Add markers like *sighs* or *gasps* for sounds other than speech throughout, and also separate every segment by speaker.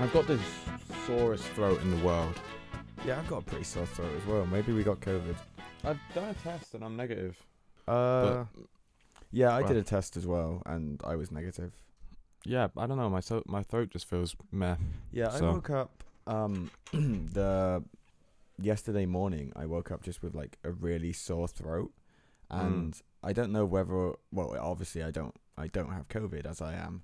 Speaker 1: I've got the sorest throat in the world.
Speaker 2: Yeah, I've got a pretty sore throat as well. Maybe we got COVID.
Speaker 1: I've done a test and I'm negative.
Speaker 2: Uh, yeah, I
Speaker 1: well.
Speaker 2: did a test as well, and I was negative.
Speaker 1: Yeah, I don't know. My so- my throat just feels meh.
Speaker 2: Yeah, I
Speaker 1: So-
Speaker 2: woke up um *clears throat* the yesterday morning. I woke up just with like a really sore throat,
Speaker 1: Mm.
Speaker 2: and I don't know whether. Well, obviously, I don't. I don't have COVID as I am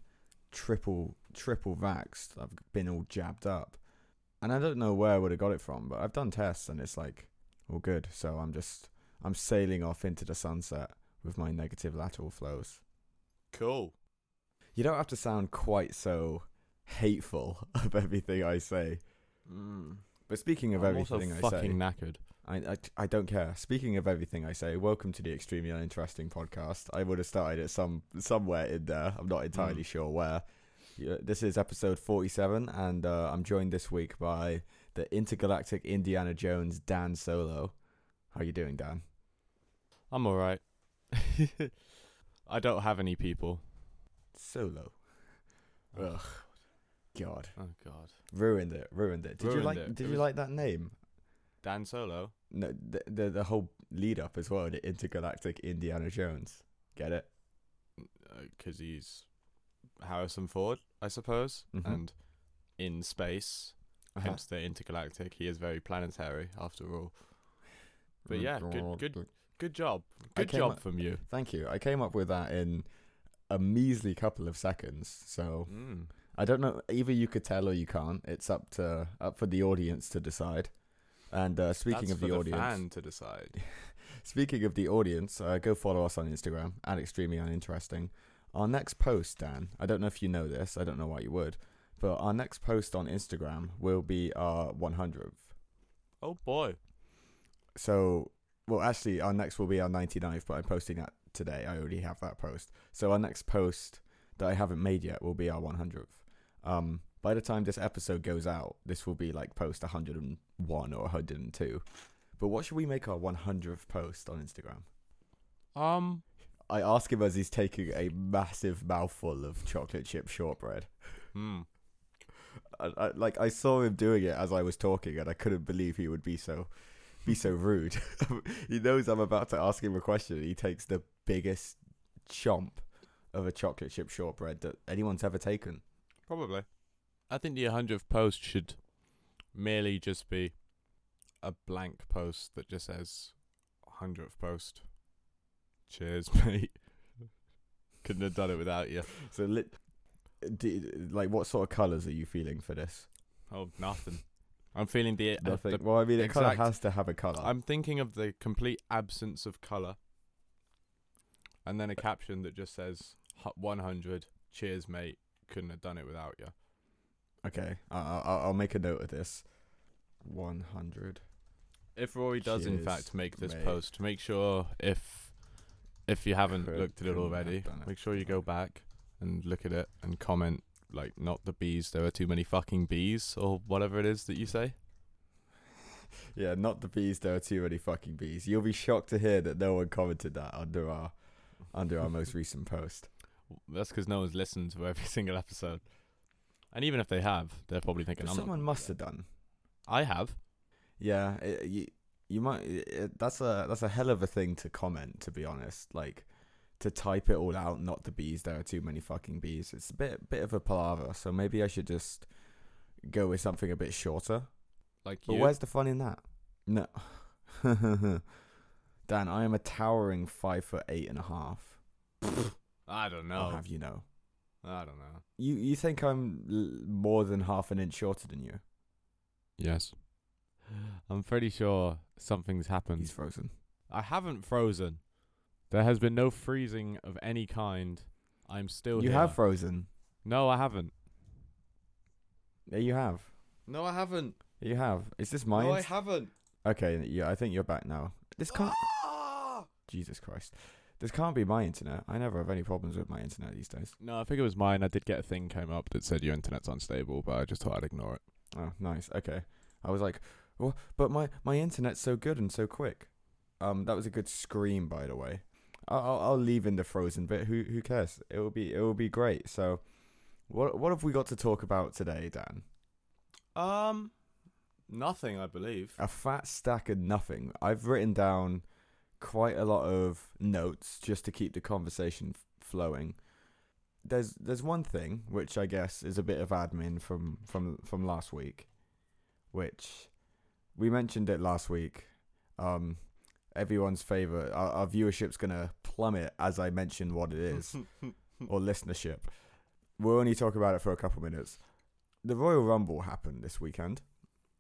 Speaker 2: triple triple vaxxed. I've been all jabbed up, and I don't know where I would have got it from. But I've done tests, and it's like all good. So I'm just I'm sailing off into the sunset with my negative lateral flows.
Speaker 1: Cool.
Speaker 2: You don't have to sound quite so hateful *laughs* of everything I say.
Speaker 1: Mm.
Speaker 2: But speaking of
Speaker 1: I'm also
Speaker 2: everything I
Speaker 1: fucking
Speaker 2: say,
Speaker 1: knackered.
Speaker 2: I, I, I don't care. Speaking of everything I say, welcome to the Extremely Uninteresting podcast. I would have started it some somewhere in there. I'm not entirely
Speaker 1: Mm.
Speaker 2: sure where. Yeah, This is episode 47, and uh, I'm joined this week by the intergalactic Indiana Jones, Dan Solo. How you doing, Dan?
Speaker 1: I'm all right. *laughs* I don't have any people.
Speaker 2: Solo. Ugh. God,
Speaker 1: Oh God.
Speaker 2: ruined it. Ruined it. Did you
Speaker 1: Ruined
Speaker 2: like?
Speaker 1: it.
Speaker 2: Did
Speaker 1: It
Speaker 2: you
Speaker 1: was-
Speaker 2: like that name?
Speaker 1: Dan Solo.
Speaker 2: No, the, the the whole lead up as well. The intergalactic Indiana Jones. Get it?
Speaker 1: because Uh, he's Harrison Ford, I suppose,
Speaker 2: Mhm.
Speaker 1: and in space,
Speaker 2: Uh-huh.
Speaker 1: hence the intergalactic. He is very planetary, after all. But yeah, good, good, good job.
Speaker 2: I
Speaker 1: Good
Speaker 2: came
Speaker 1: job
Speaker 2: up-
Speaker 1: from you.
Speaker 2: Thank you. I came up with that in a measly couple of seconds. So
Speaker 1: Mm.
Speaker 2: I don't know. Either you could tell or you can't. It's up to up for the audience to decide. And uh, speaking
Speaker 1: That's
Speaker 2: of
Speaker 1: for
Speaker 2: the, audience,
Speaker 1: fan to decide.
Speaker 2: speaking of the audience, uh, go follow us on Instagram at extremely uninteresting. Our next post, Dan. I don't know if you know this. I don't know why you would, but our next post on Instagram will be our 100th.
Speaker 1: Oh boy,
Speaker 2: So, well, actually, our next will be our 99th, but I'm posting that today. I already have that post. So, our next post that I haven't made yet will be our 100th. Um, by the time this episode goes out, this will be like post 101 or 102. But what should we make our 100th post on Instagram?
Speaker 1: um,
Speaker 2: I ask him as he's taking a massive mouthful of chocolate chip shortbread.
Speaker 1: hmm.
Speaker 2: I, I, like I saw him doing it as I was talking, and I couldn't believe he would be so be
Speaker 1: *laughs*
Speaker 2: so rude. *laughs* he knows I'm about to ask him a question. And he takes the biggest chomp of a chocolate chip shortbread that anyone's ever taken.
Speaker 1: probably. I think the hundredth post should merely just be a blank post that just says hundredth post. Cheers, *laughs* mate. Couldn't have done it without you.
Speaker 2: So, lit, do, like, what sort of colors are you feeling for this?
Speaker 1: Oh, nothing. I'm feeling the, uh,
Speaker 2: Nothing.
Speaker 1: the-
Speaker 2: well, I mean, it kind of
Speaker 1: exact-
Speaker 2: has to have a color.
Speaker 1: I'm thinking of the complete absence of color, and then a caption that just says "Hu- 100. Cheers, mate. Couldn't have done it without you.
Speaker 2: okay, I, I, I'll make a note of this. One hundred.
Speaker 1: If Rory does in
Speaker 2: Cheers,
Speaker 1: fact make this
Speaker 2: mate.
Speaker 1: post, make sure if if you haven't
Speaker 2: Could-
Speaker 1: looked at it
Speaker 2: couldn't have
Speaker 1: already,
Speaker 2: done it
Speaker 1: make sure you go
Speaker 2: without
Speaker 1: back and look at it and comment like not the bees. There are too many fucking bees or whatever it is that you say.
Speaker 2: Yeah, not the bees. There are too many fucking bees. You'll be shocked to hear that no one commented that under our under our most recent post.
Speaker 1: That's because no one's listened to every *laughs* single episode. And even if they have, they're probably thinking,
Speaker 2: But
Speaker 1: I'm not
Speaker 2: someone
Speaker 1: gonna
Speaker 2: must
Speaker 1: do
Speaker 2: have done.
Speaker 1: that." I have.
Speaker 2: Yeah, it, you you might. It, that's a that's a hell of a thing to comment. To be honest, like to type it all out. Not the bees. There are too many fucking bees. It's a bit bit of a palaver. So maybe I should just go with something a bit shorter.
Speaker 1: Like
Speaker 2: But
Speaker 1: you.
Speaker 2: where's the fun in that? No, *laughs* Dan, I am a towering five foot eight and a half.
Speaker 1: I don't
Speaker 2: I'll
Speaker 1: know.
Speaker 2: have you know.
Speaker 1: I don't know.
Speaker 2: You you think I'm l- more than half an inch shorter than you?
Speaker 1: Yes. I'm pretty sure something's happened.
Speaker 2: He's frozen.
Speaker 1: I haven't frozen. There has been no freezing of any kind. I'm still
Speaker 2: you
Speaker 1: here.
Speaker 2: have frozen.
Speaker 1: no, I haven't.
Speaker 2: Yeah, you have.
Speaker 1: No, I haven't.
Speaker 2: You have. Is this mine?
Speaker 1: haven't.
Speaker 2: okay, yeah, I think you're back now.
Speaker 1: *gasps*
Speaker 2: This can't.
Speaker 1: Ah!
Speaker 2: Jesus Christ. This can't be my internet. I never have any problems with my internet these days.
Speaker 1: No, I think it was mine. I did get a thing came up that said your internet's unstable, but I just thought I'd ignore it.
Speaker 2: Oh, nice. Okay. I was like, well, but my my internet's so good and so quick. Um, that was a good scream, by the way. I'll I'll, I'll leave in the frozen bit. Who who cares? It will be it will be great. So, what what have we got to talk about today, Dan?
Speaker 1: Um, nothing, I believe.
Speaker 2: a fat stack of nothing. I've written down quite a lot of notes just to keep the conversation f- flowing. There's there's one thing which I guess is a bit of admin from from from last week, which we mentioned it last week. Um, everyone's favorite, our, our viewership's gonna plummet as I mention what it is
Speaker 1: *laughs*
Speaker 2: or listenership. We'll only talk about it for a couple minutes. The Royal Rumble happened this weekend.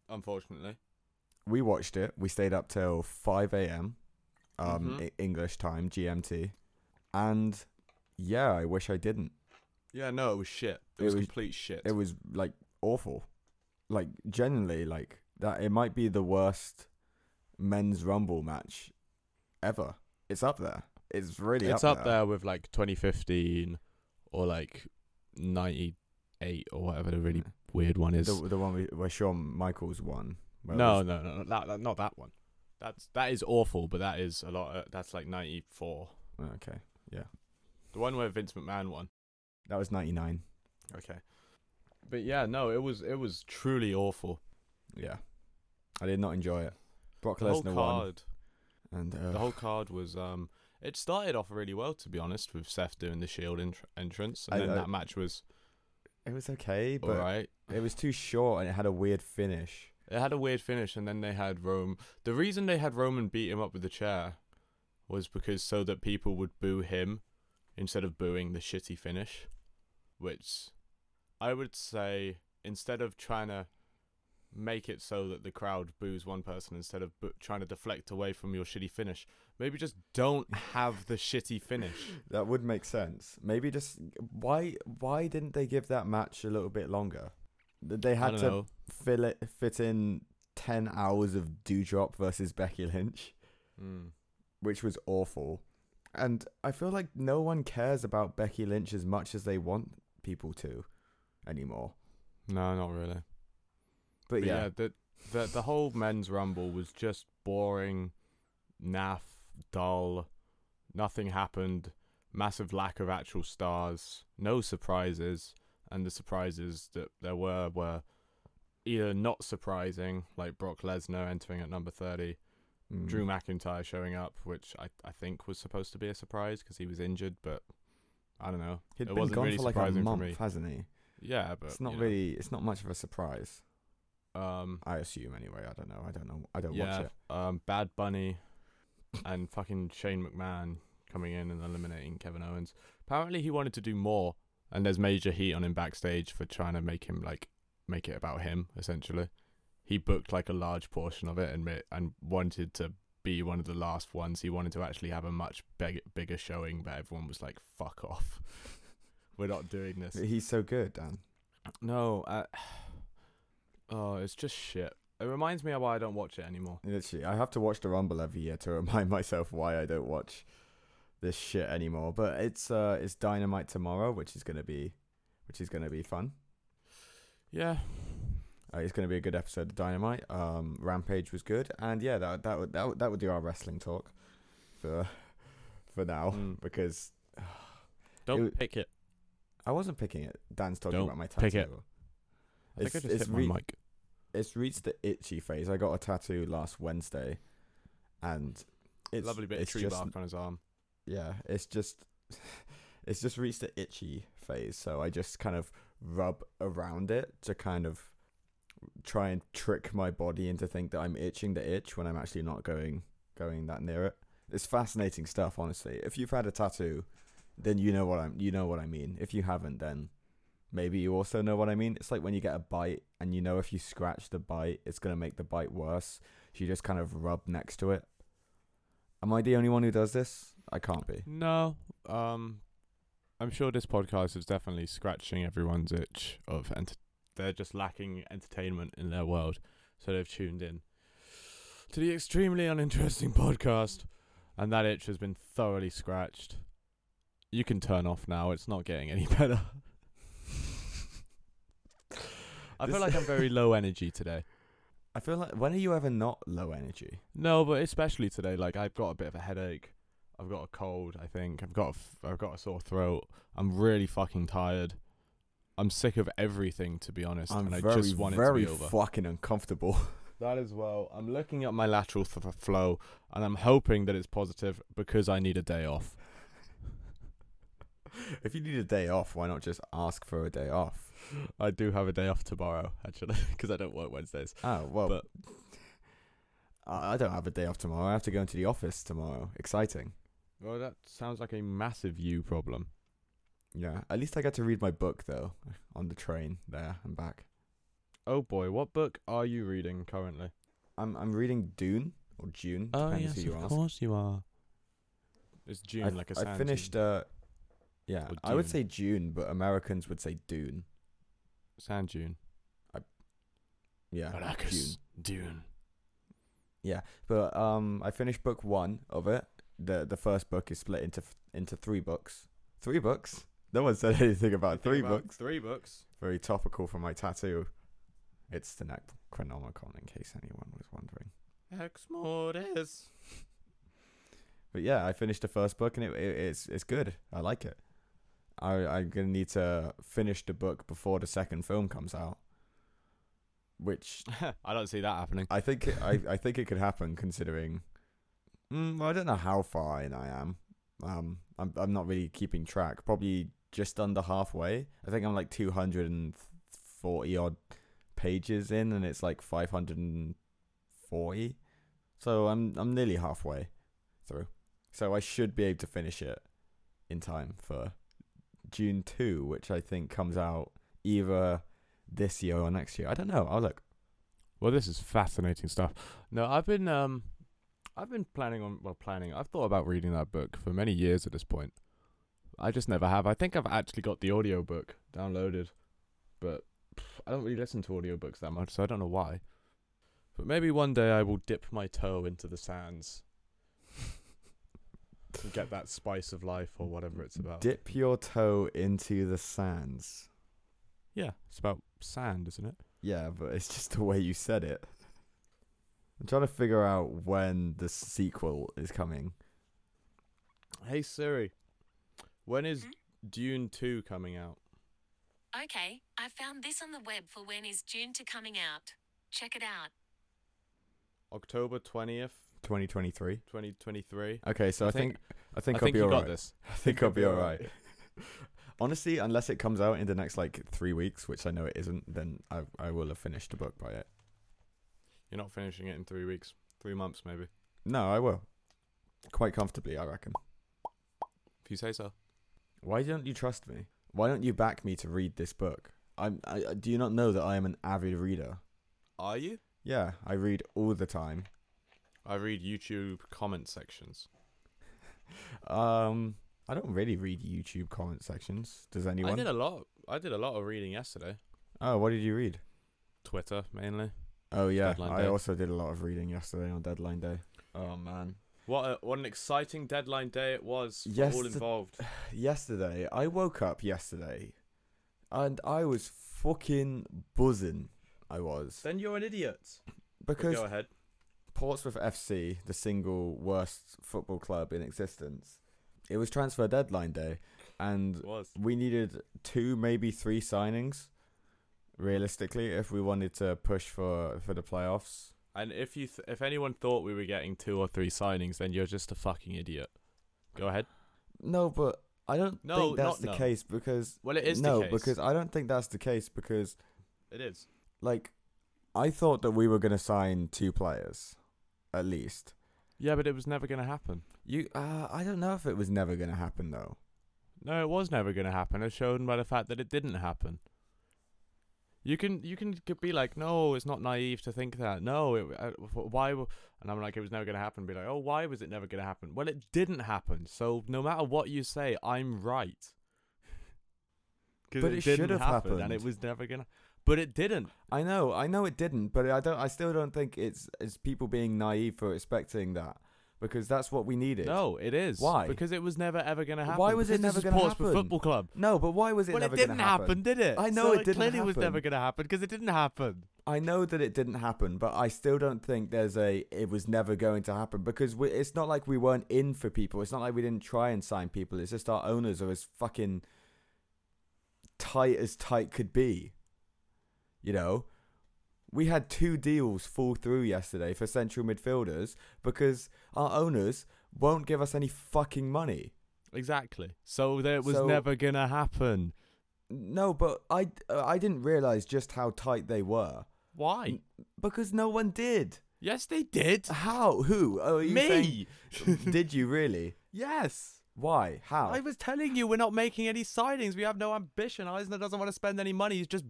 Speaker 1: Unfortunately.
Speaker 2: we watched it. We stayed up till 5 a.m. Um,
Speaker 1: Mhm.
Speaker 2: E- English time, GMT. And yeah, I wish I didn't.
Speaker 1: Yeah, no, it was shit. It,
Speaker 2: It
Speaker 1: was,
Speaker 2: was-
Speaker 1: complete shit.
Speaker 2: It was like awful. Like genuinely, like that. It might be the worst men's rumble match ever. It's up there. It's really
Speaker 1: it's
Speaker 2: up,
Speaker 1: up there with like 2015 or like 98 or whatever the really weird one is.
Speaker 2: The, the one we, where Shawn Michaels won. where it
Speaker 1: no,
Speaker 2: was-
Speaker 1: no, no, no, that, that, not that one. That's that is awful, but that is a lot. Of, that's like 94.
Speaker 2: oh, okay,
Speaker 1: The one where Vince McMahon won.
Speaker 2: that was 99.
Speaker 1: Okay. But yeah, no, it was it was truly awful.
Speaker 2: Yeah, I did not enjoy it. Brock
Speaker 1: The whole
Speaker 2: Lesnar won,
Speaker 1: card,
Speaker 2: and uh,
Speaker 1: the whole card was um. It started off really well, to be honest, with Seth doing the Shield entr E entrance, and
Speaker 2: I-
Speaker 1: then
Speaker 2: I-
Speaker 1: that match was
Speaker 2: it was okay, but
Speaker 1: all right.
Speaker 2: It was too short and it had a weird finish.
Speaker 1: It had a weird finish, and then they had Rome. The reason they had Roman beat him up with the chair was because so that people would boo him instead of booing the shitty finish, which I would say instead of trying to make it so that the crowd boos one person instead of bo- trying to deflect away from your shitty finish, maybe just don't have the shitty finish.
Speaker 2: That would make sense. Maybe just why why didn't they give that match a little bit longer? Th- They
Speaker 1: I
Speaker 2: had
Speaker 1: don't
Speaker 2: to
Speaker 1: know.
Speaker 2: fill it fit in ten hours of Dewdrop versus Becky Lynch,
Speaker 1: Mm.
Speaker 2: which was awful. And I feel like no one cares about Becky Lynch as much as they want people to anymore.
Speaker 1: No, not really.
Speaker 2: But,
Speaker 1: But
Speaker 2: yeah,
Speaker 1: yeah, the, the the whole men's rumble was just boring, naff, dull. Nothing happened. Massive lack of actual stars. No surprises, and the surprises that there were were either not surprising, like Brock Lesnar entering at number thirty,
Speaker 2: Mm.
Speaker 1: Drew McIntyre showing up, which I I think was supposed to be a surprise because he was injured, but I don't know.
Speaker 2: He'd
Speaker 1: it
Speaker 2: been
Speaker 1: wasn't
Speaker 2: gone
Speaker 1: really
Speaker 2: for like a
Speaker 1: surprising for
Speaker 2: month,
Speaker 1: me.
Speaker 2: hasn't he?
Speaker 1: Yeah, but
Speaker 2: it's not
Speaker 1: you know,
Speaker 2: really it's not much of a surprise.
Speaker 1: Um,
Speaker 2: I assume anyway. I don't know. I don't know. I don't
Speaker 1: yeah,
Speaker 2: watch it.
Speaker 1: um, Bad Bunny and fucking Shane McMahon coming in and eliminating Kevin Owens. Apparently, he wanted to do more, and there's major heat on him backstage for trying to make him like make it about him. Essentially, he booked like a large portion of it and ma- and wanted to be one of the last ones. He wanted to actually have a much big, bigger showing, but everyone was like, "Fuck off, *laughs* we're not doing this."
Speaker 2: He's so good, Dan.
Speaker 1: No, I, *sighs* oh, it's just shit. It reminds me of why I don't watch it anymore.
Speaker 2: Literally, I have to watch the Rumble every year to *laughs* remind myself why I don't watch this shit anymore. But it's uh, it's Dynamite tomorrow, which is gonna be, which is gonna be fun.
Speaker 1: Yeah,
Speaker 2: Uh, it's gonna be a good episode of Dynamite. Um, Rampage was good, and yeah, that that would that would, that would do our wrestling talk for for now
Speaker 1: Mm.
Speaker 2: because
Speaker 1: Don't
Speaker 2: Oh. It-
Speaker 1: pick it.
Speaker 2: I wasn't picking it. Dan's talking
Speaker 1: Don't
Speaker 2: about my tattoo.
Speaker 1: pick it. I
Speaker 2: It's,
Speaker 1: think I just
Speaker 2: it's
Speaker 1: hit my
Speaker 2: re-
Speaker 1: mic.
Speaker 2: it's reached the itchy phase. I got a tattoo last Wednesday, and it's
Speaker 1: Lovely bit
Speaker 2: it's
Speaker 1: of tree
Speaker 2: just
Speaker 1: bark on his arm.
Speaker 2: yeah it's just it's just reached the itchy phase so i just kind of rub around it to kind of try and trick my body into think that i'm itching the itch when i'm actually not going going that near it it's fascinating stuff honestly if you've had a tattoo then you know what i'm you know what i mean if you haven't then maybe you also know what i mean it's like when you get a bite and you know if you scratch the bite it's going to make the bite worse so you just kind of rub next to it am i the only one who does this i can't be
Speaker 1: No, um, I'm sure this podcast is definitely scratching everyone's itch of, and they're just lacking entertainment in their world, so they've tuned in to the extremely uninteresting podcast, and that itch has been thoroughly scratched. You can turn off now. It's not getting any *laughs*
Speaker 2: *laughs*
Speaker 1: better. I feel
Speaker 2: This-
Speaker 1: like I'm very low energy today.
Speaker 2: I feel like when are you ever not low energy?
Speaker 1: No, but especially today, like I've got a bit of a headache. I've got a cold. I think I've got a f- I've got a sore throat. I'm really fucking tired. I'm sick of everything, to be honest,
Speaker 2: I'm
Speaker 1: and I
Speaker 2: very,
Speaker 1: just want
Speaker 2: very
Speaker 1: it to be over.
Speaker 2: fucking uncomfortable. *laughs*
Speaker 1: That as well. I'm looking at my lateral th- flow, and I'm hoping that it's positive because I need a day off.
Speaker 2: if you need a day off, why not just ask for a day off?
Speaker 1: I do have a day off tomorrow, actually, *laughs* because I don't work Wednesdays.
Speaker 2: Oh well,
Speaker 1: But-
Speaker 2: I I don't have a day off tomorrow. I have to go into the office tomorrow. Exciting.
Speaker 1: Well, that sounds like a massive you problem.
Speaker 2: Yeah. At least I got to read my book though on the train there and back.
Speaker 1: Oh boy, what book are you reading currently?
Speaker 2: I'm I'm reading Dune or June. depends who you ask.
Speaker 1: Oh, course you are. It's June,
Speaker 2: I,
Speaker 1: like a
Speaker 2: I
Speaker 1: sand
Speaker 2: finished.
Speaker 1: dune.
Speaker 2: Uh, yeah,
Speaker 1: Or
Speaker 2: I would
Speaker 1: Dune.
Speaker 2: say June, but Americans would say Dune.
Speaker 1: sand dune.
Speaker 2: Yeah, Dune.
Speaker 1: Arrakis, dune.
Speaker 2: But um, I finished book one of it. the The first book is split into into three books. Three books. No one said *laughs* anything about three books.
Speaker 1: Three books.
Speaker 2: Very topical for my tattoo. It's the Necronomicon, in case anyone was wondering.
Speaker 1: Ex mortis.
Speaker 2: But yeah, I finished the first book, and it, it it's it's good. I like it. I I'm gonna need to finish the book before the second film comes out, which
Speaker 1: *laughs* I don't see that happening.
Speaker 2: *laughs* I think it, I, I think it could happen considering. Mm, well, I don't know how far in I am. Um, I'm I'm not really keeping track. Probably just under halfway. I think I'm like 240 odd pages in, and it's like 540. So I'm I'm nearly halfway through. So I should be able to finish it in time for June two, which I think comes out either this year or next year. I don't know. I'll look.
Speaker 1: Well, this is fascinating stuff. No, I've been um, I've been planning on well, planning. I've thought about reading that book for many years at this point. I just never have. I think I've actually got the audiobook downloaded, but pff, I don't really listen to audiobooks that much, so I don't know why. But maybe one day I will dip my toe into the *laughs* sands and get that spice of life or whatever it's about.
Speaker 2: Dip your toe into the sands.
Speaker 1: yeah, it's about sand, isn't it?
Speaker 2: Yeah, but it's just the way you said it. I'm trying to figure out when the sequel is coming.
Speaker 1: Hey Siri, when is Dune Two coming out?
Speaker 3: Okay, I found this on the web for when is June to coming out. Check it out.
Speaker 1: October twentieth,
Speaker 2: 2023.
Speaker 1: twenty twenty three.
Speaker 2: Okay, so
Speaker 1: I
Speaker 2: I think
Speaker 1: think-
Speaker 2: I think I'll be
Speaker 1: you got
Speaker 2: alright.
Speaker 1: this.
Speaker 2: I think *laughs* I'll be alright. Honestly, unless it comes out in the next like three weeks, which I know it isn't, then I I will have finished the book by it.
Speaker 1: You're not finishing it in three weeks, three months maybe,
Speaker 2: No, I will. Quite comfortably, I reckon.
Speaker 1: if you say so.
Speaker 2: Why don't you trust me? Why don't you back me to read this book? I'm. I, I- do you not know that I am an avid reader?
Speaker 1: Are you?
Speaker 2: Yeah, I read all the time.
Speaker 1: I read YouTube comment sections.
Speaker 2: Um, I don't really read YouTube comment sections. Does anyone?
Speaker 1: I did a lot. I did a lot of reading yesterday.
Speaker 2: oh, what did you read?
Speaker 1: Twitter mainly.
Speaker 2: Oh yeah,
Speaker 1: Deadline
Speaker 2: I
Speaker 1: Day.
Speaker 2: also did a lot of reading yesterday on deadline day. Oh man,
Speaker 1: What a, what an exciting deadline day it was for
Speaker 2: Yes,
Speaker 1: all
Speaker 2: the-
Speaker 1: involved.
Speaker 2: *sighs* yesterday I woke up yesterday, and I was fucking buzzing. I was
Speaker 1: then you're an idiot. But
Speaker 2: because
Speaker 1: Go ahead.
Speaker 2: Portsmouth FC, the single worst football club in existence, it was transfer deadline day, and
Speaker 1: It was.
Speaker 2: we needed two, maybe three signings, realistically, if we wanted to push for for the playoffs.
Speaker 1: And if you th- if anyone thought we were getting two or three signings, then you're just a fucking idiot. Go ahead.
Speaker 2: No, but I don't
Speaker 1: No,
Speaker 2: think that's
Speaker 1: not
Speaker 2: the
Speaker 1: no.
Speaker 2: case because
Speaker 1: Well, it is
Speaker 2: no,
Speaker 1: the case.
Speaker 2: because I don't think that's the case because
Speaker 1: it is.
Speaker 2: like I thought that we were gonna sign two players, at least.
Speaker 1: Yeah, but it was never going to happen.
Speaker 2: You, uh, I don't know if it was never gonna happen though.
Speaker 1: No, it was never going to happen, as shown by the fact that it didn't happen. You can you can c- be like, no, it's not naive to think that. No, it, uh, wh- why? w-" And I'm like, it was never going to happen. Be like, oh, why was it never going to happen? Well, it didn't happen. So no matter what you say, I'm right. *laughs* 'Cause
Speaker 2: But it should
Speaker 1: didn't
Speaker 2: have
Speaker 1: happen, and
Speaker 2: happened.
Speaker 1: it was never gonna. But it didn't.
Speaker 2: I know, I know it didn't, but I don't. I still don't think it's it's people being naive for expecting that because that's what we needed.
Speaker 1: No, it is.
Speaker 2: Why?
Speaker 1: Because it was never ever going to happen.
Speaker 2: Why was it
Speaker 1: Because
Speaker 2: never
Speaker 1: this is
Speaker 2: gonna
Speaker 1: Portsmouth
Speaker 2: happen?
Speaker 1: Football Club.
Speaker 2: no, but why was it
Speaker 1: well,
Speaker 2: never
Speaker 1: it
Speaker 2: gonna
Speaker 1: didn't happen? did it?
Speaker 2: I know
Speaker 1: So
Speaker 2: it didn't
Speaker 1: clearly was never
Speaker 2: happen.
Speaker 1: going to happen because it didn't happen.
Speaker 2: I know that it didn't happen, but I still don't think there's a it was never going to happen because we, it's not like we weren't in for people. It's not like we didn't try and sign people. It's just our owners are as fucking tight as tight could be. You know, we had two deals fall through yesterday for central midfielders because our owners won't give us any fucking money.
Speaker 1: Exactly. So that was
Speaker 2: So-
Speaker 1: never gonna happen.
Speaker 2: No, but I uh, I didn't realize just how tight they were
Speaker 1: Why?
Speaker 2: N- because no one did.
Speaker 1: Yes, they did.
Speaker 2: How? Who? Oh, are you
Speaker 1: Me.
Speaker 2: saying- did you really?
Speaker 1: yes.
Speaker 2: Why? How?
Speaker 1: I was telling you, we're not making any signings. We have no ambition. Eisner doesn't want to spend any money. He's just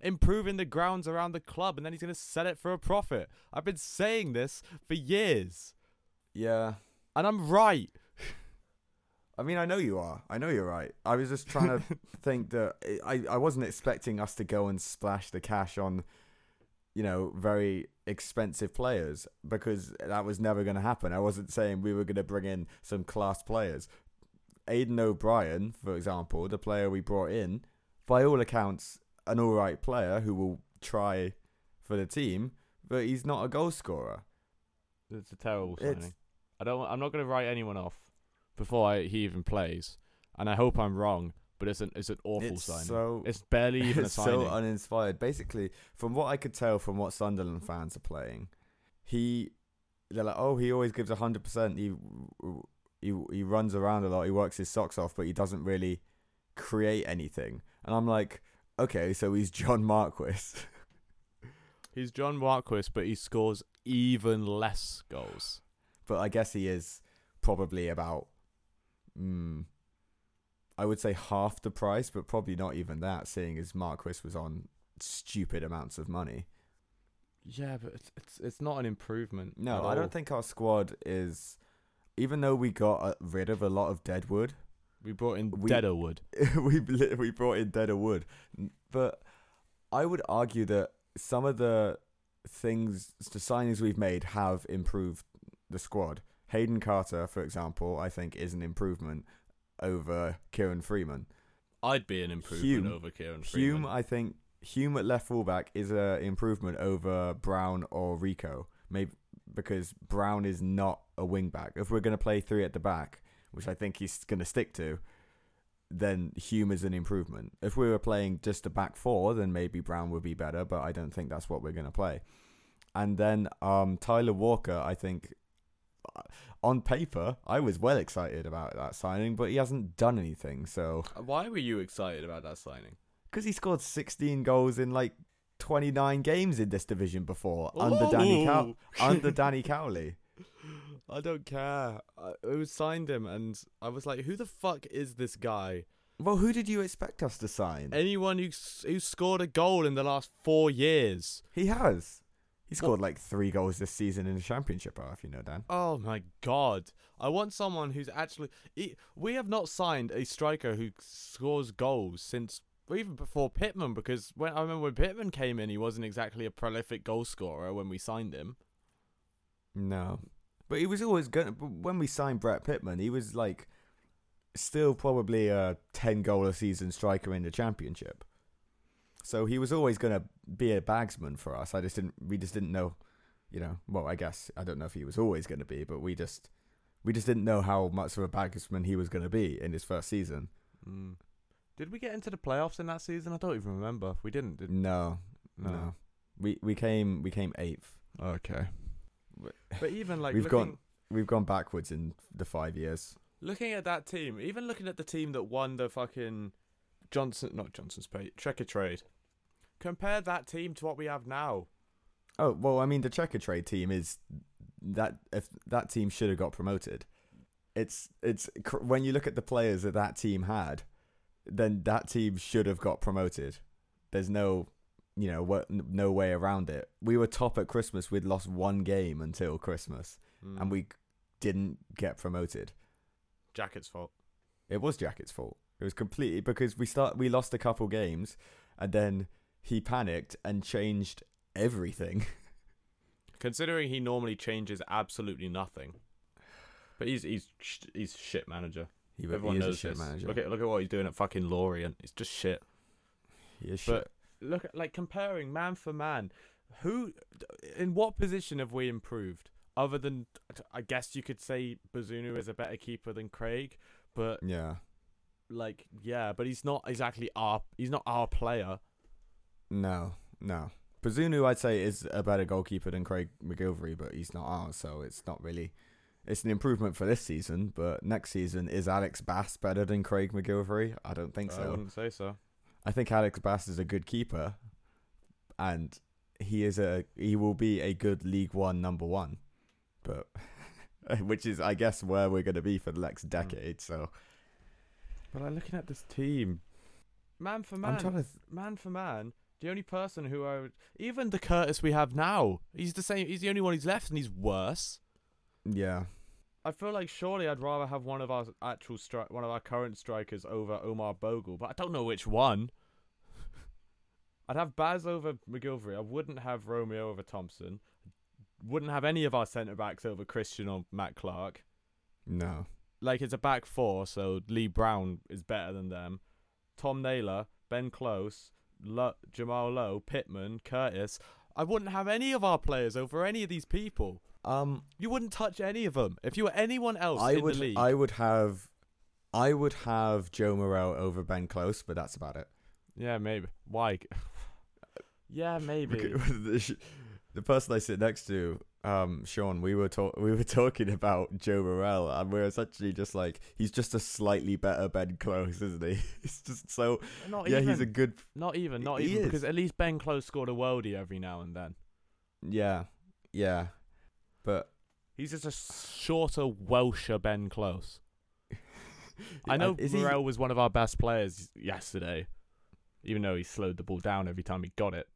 Speaker 1: improving the grounds around the club, and then he's going to sell it for a profit. I've been saying this for years,
Speaker 2: yeah.
Speaker 1: and I'm right.
Speaker 2: I mean, I know you are. I know you're right. I was just
Speaker 1: *laughs*
Speaker 2: trying to think that I, I wasn't expecting us to go and splash the cash on, you know, very expensive players because that was never going to happen. I wasn't saying we were going to bring in some class players. Aidan O'Brien, for example, the player we brought in, by all accounts, an all right player who will try for the team, but he's not a goal scorer.
Speaker 1: It's a terrible
Speaker 2: It's-
Speaker 1: signing. I don't. wa- I'm not going to write anyone off before I, he even plays, and I hope I'm wrong. But it's an it's an awful
Speaker 2: It's
Speaker 1: signing.
Speaker 2: so-
Speaker 1: *laughs* it's barely even a
Speaker 2: It's
Speaker 1: signing.
Speaker 2: *laughs* so uninspired. Basically, from what I could tell from what Sunderland fans are playing, he they're like, oh, he always gives hundred percent. He he he runs around a lot. He works his socks off, but he doesn't really create anything. And I'm like, okay, so he's John Marquis.
Speaker 1: he's John Marquis, but he scores even less goals.
Speaker 2: but I guess he is probably about, mm, I would say half the price, but probably not even that, seeing as Marquis was on stupid amounts of money.
Speaker 1: Yeah, but it's it's, it's not an improvement.
Speaker 2: No, I don't think our squad is. Even though we got uh, rid of a lot of Deadwood,
Speaker 1: we brought in
Speaker 2: we-
Speaker 1: Deaderwood.
Speaker 2: *laughs* we li- we brought in Deadwood, N- but I would argue that some of the things, the signings we've made, have improved the squad. Hayden Carter, for example, I think is an improvement over Kieran Freeman.
Speaker 1: I'd be an improvement
Speaker 2: Hume-
Speaker 1: over Kieran Freeman.
Speaker 2: Hume, I think Hume at left fullback is a improvement over Brown or Rico, maybe because Brown is not a wing back. If we're going to play three at the back, which I think he's going to stick to, then Hume is an improvement. If we were playing just a back four, then maybe Brown would be better, but I don't think that's what we're going to play. And then um, Tyler Walker, I think. uh, On paper, I was well excited about that signing, but he hasn't done anything. So
Speaker 1: Uh, Why were you excited about that signing?
Speaker 2: because he scored 16 goals in like 29 games in this division before under Danny Cow- under Danny Cowley.
Speaker 1: I don't care. I, who signed him? And I was like, who the fuck is this guy?
Speaker 2: Well, who did you expect us to sign?
Speaker 1: Anyone who s- who scored a goal in the last four years?
Speaker 2: He has. He scored like three goals this season in the championship. Half, you know, Dan.
Speaker 1: Oh my god! I want someone who's actually. e- We have not signed a striker who scores goals since well, even before Pittman, because when I remember when Pittman came in, he wasn't exactly a prolific goal scorer when we signed him.
Speaker 2: No, but he was always going. When we signed Brett Pittman, he was like still probably a 10 goal a season striker in the championship. So he was always going to be a bagsman for us. I just didn't. We just didn't know. You know. Well, I guess I don't know if he was always going to be, but we just we just didn't know how much of a bagsman he was going to be in his first season.
Speaker 1: Mm. Did we get into the playoffs in that season? I don't even remember. We didn't. Did
Speaker 2: No, no. We we came we came eighth.
Speaker 1: Okay. *laughs* But even like
Speaker 2: We've
Speaker 1: looking,
Speaker 2: gone- We've gone backwards in the five years.
Speaker 1: looking at that team, even looking at the team that won the fucking Johnson, not Johnson's pay, Trekker trade. Compare that team to what we have now.
Speaker 2: Oh well, I mean the checker trade team is that if that team should have got promoted. It's it's cr- when you look at the players that that team had, then that team should have got promoted. There's no, you know, what no way around it. We were top at Christmas. We'd lost one game until Christmas, and
Speaker 1: Hmm.
Speaker 2: we didn't get promoted.
Speaker 1: Jacket's fault.
Speaker 2: It was Jacket's fault. It was completely because we start we lost a couple games, and then he panicked and changed everything.
Speaker 1: Considering he normally changes absolutely nothing, but he's he's sh- he's shit manager.
Speaker 2: He,
Speaker 1: Everyone knows this. Look at look at what he's doing at fucking Lorient. It's just shit.
Speaker 2: He is
Speaker 1: But look at like comparing man for man, who in what position have we improved? Other than I guess you could say Bazunu is a better keeper than Craig, but
Speaker 2: shit. Yeah.
Speaker 1: like yeah, but he's not exactly our he's not our player.
Speaker 2: No, no. Bazunu, I'd say, is a better goalkeeper than Craig McGilvery, but he's not ours, so it's not really. It's an improvement for this season, but next season is Alex Bass better than Craig McGilvery? I don't think
Speaker 1: I
Speaker 2: so.
Speaker 1: wouldn't say so.
Speaker 2: I think Alex Bass is a good keeper, and he is a he will be a good League One number one, but *laughs* which is I guess where we're going to be for the next decade. So
Speaker 1: But like looking at this team, man for man,
Speaker 2: I'm trying to th-
Speaker 1: man for man, the only person who I would even the Curtis we have now, he's the same. He's the only one who's left, and he's worse.
Speaker 2: yeah.
Speaker 1: I feel like surely I'd rather have one of our actual stri- one of our current strikers over Omar Bogle, but I don't know which one. *laughs* I'd have Baz over McGilvery. I wouldn't have Romeo over Thompson. Wouldn't have any of our centre backs over Christian or Matt Clark.
Speaker 2: No.
Speaker 1: Like it's a back four, so Lee Brown is better than them. Tom Naylor, Ben Close, Lo- Jamal Lowe, Pittman, Curtis. I wouldn't have any of our players over any of these people.
Speaker 2: Um,
Speaker 1: You wouldn't touch any of them. If you were anyone else
Speaker 2: I
Speaker 1: in
Speaker 2: would
Speaker 1: the league,
Speaker 2: I would have I would have Joe Morel over Ben Close, but that's about it.
Speaker 1: Yeah, maybe. Why? *laughs* yeah,
Speaker 2: *laughs*
Speaker 1: maybe.
Speaker 2: the the person I sit next to, um, Sean, we were talk we were *laughs* talking about Joe Morel, and we are essentially just like he's just a slightly better Ben Close, isn't he? *laughs* It's just so
Speaker 1: *laughs* Not
Speaker 2: yeah,
Speaker 1: even.
Speaker 2: he's a good
Speaker 1: Not even. Not
Speaker 2: He
Speaker 1: even.
Speaker 2: is.
Speaker 1: Because at least Ben Close scored a worldie every now and then.
Speaker 2: yeah yeah, but
Speaker 1: He's just a shorter, Welsher Ben Close. I know
Speaker 2: uh, is he-
Speaker 1: Morel was one of our best players yesterday, even though he slowed the ball down every time he got it.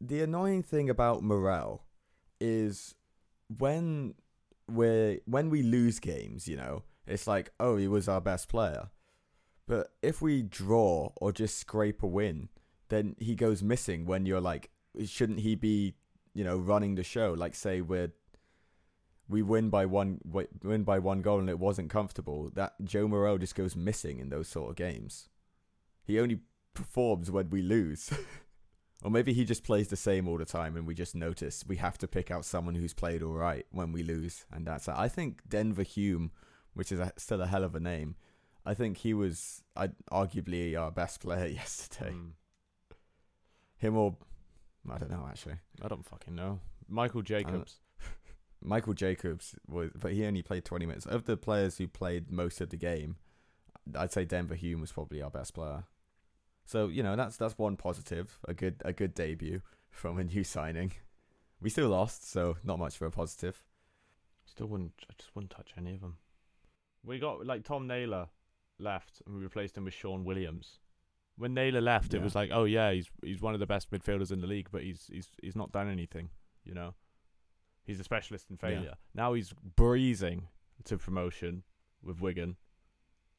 Speaker 2: the annoying thing about Morel is when we when we lose games, you know, it's like, oh, he was our best player. But if we draw or just scrape a win, then he goes missing when you're like, shouldn't he be, you know, running the show? Like say we're we win by one wi- win by one goal and it wasn't comfortable. That Joe Morel just goes missing in those sort of games. He only performs when we lose. *laughs* Or maybe he just plays the same all the time and we just notice we have to pick out someone who's played all right when we lose. And that's I think Denver Hume, which is a, still a hell of a name, I think he was I, arguably our best player *laughs* yesterday.
Speaker 1: Hmm.
Speaker 2: Him or, I don't know actually.
Speaker 1: I don't fucking know. Michael Jacobs.
Speaker 2: Michael Jacobs was, but he only played 20 minutes. Of the players who played most of the game, I'd say Denver Hume was probably our best player. So you know that's that's one positive, a good a good debut from a new *laughs* signing. We still lost, so not much for a positive.
Speaker 1: Still wouldn't. I just wouldn't touch any of them. We got like Tom Naylor left, and we replaced him with Sean Williams. When Naylor left, it
Speaker 2: Yeah.
Speaker 1: was like, oh yeah, he's he's one of the best midfielders in the league, but he's he's he's not done anything. You know, he's a specialist in
Speaker 2: Yeah.
Speaker 1: failure. Now he's breezing to promotion with Wigan,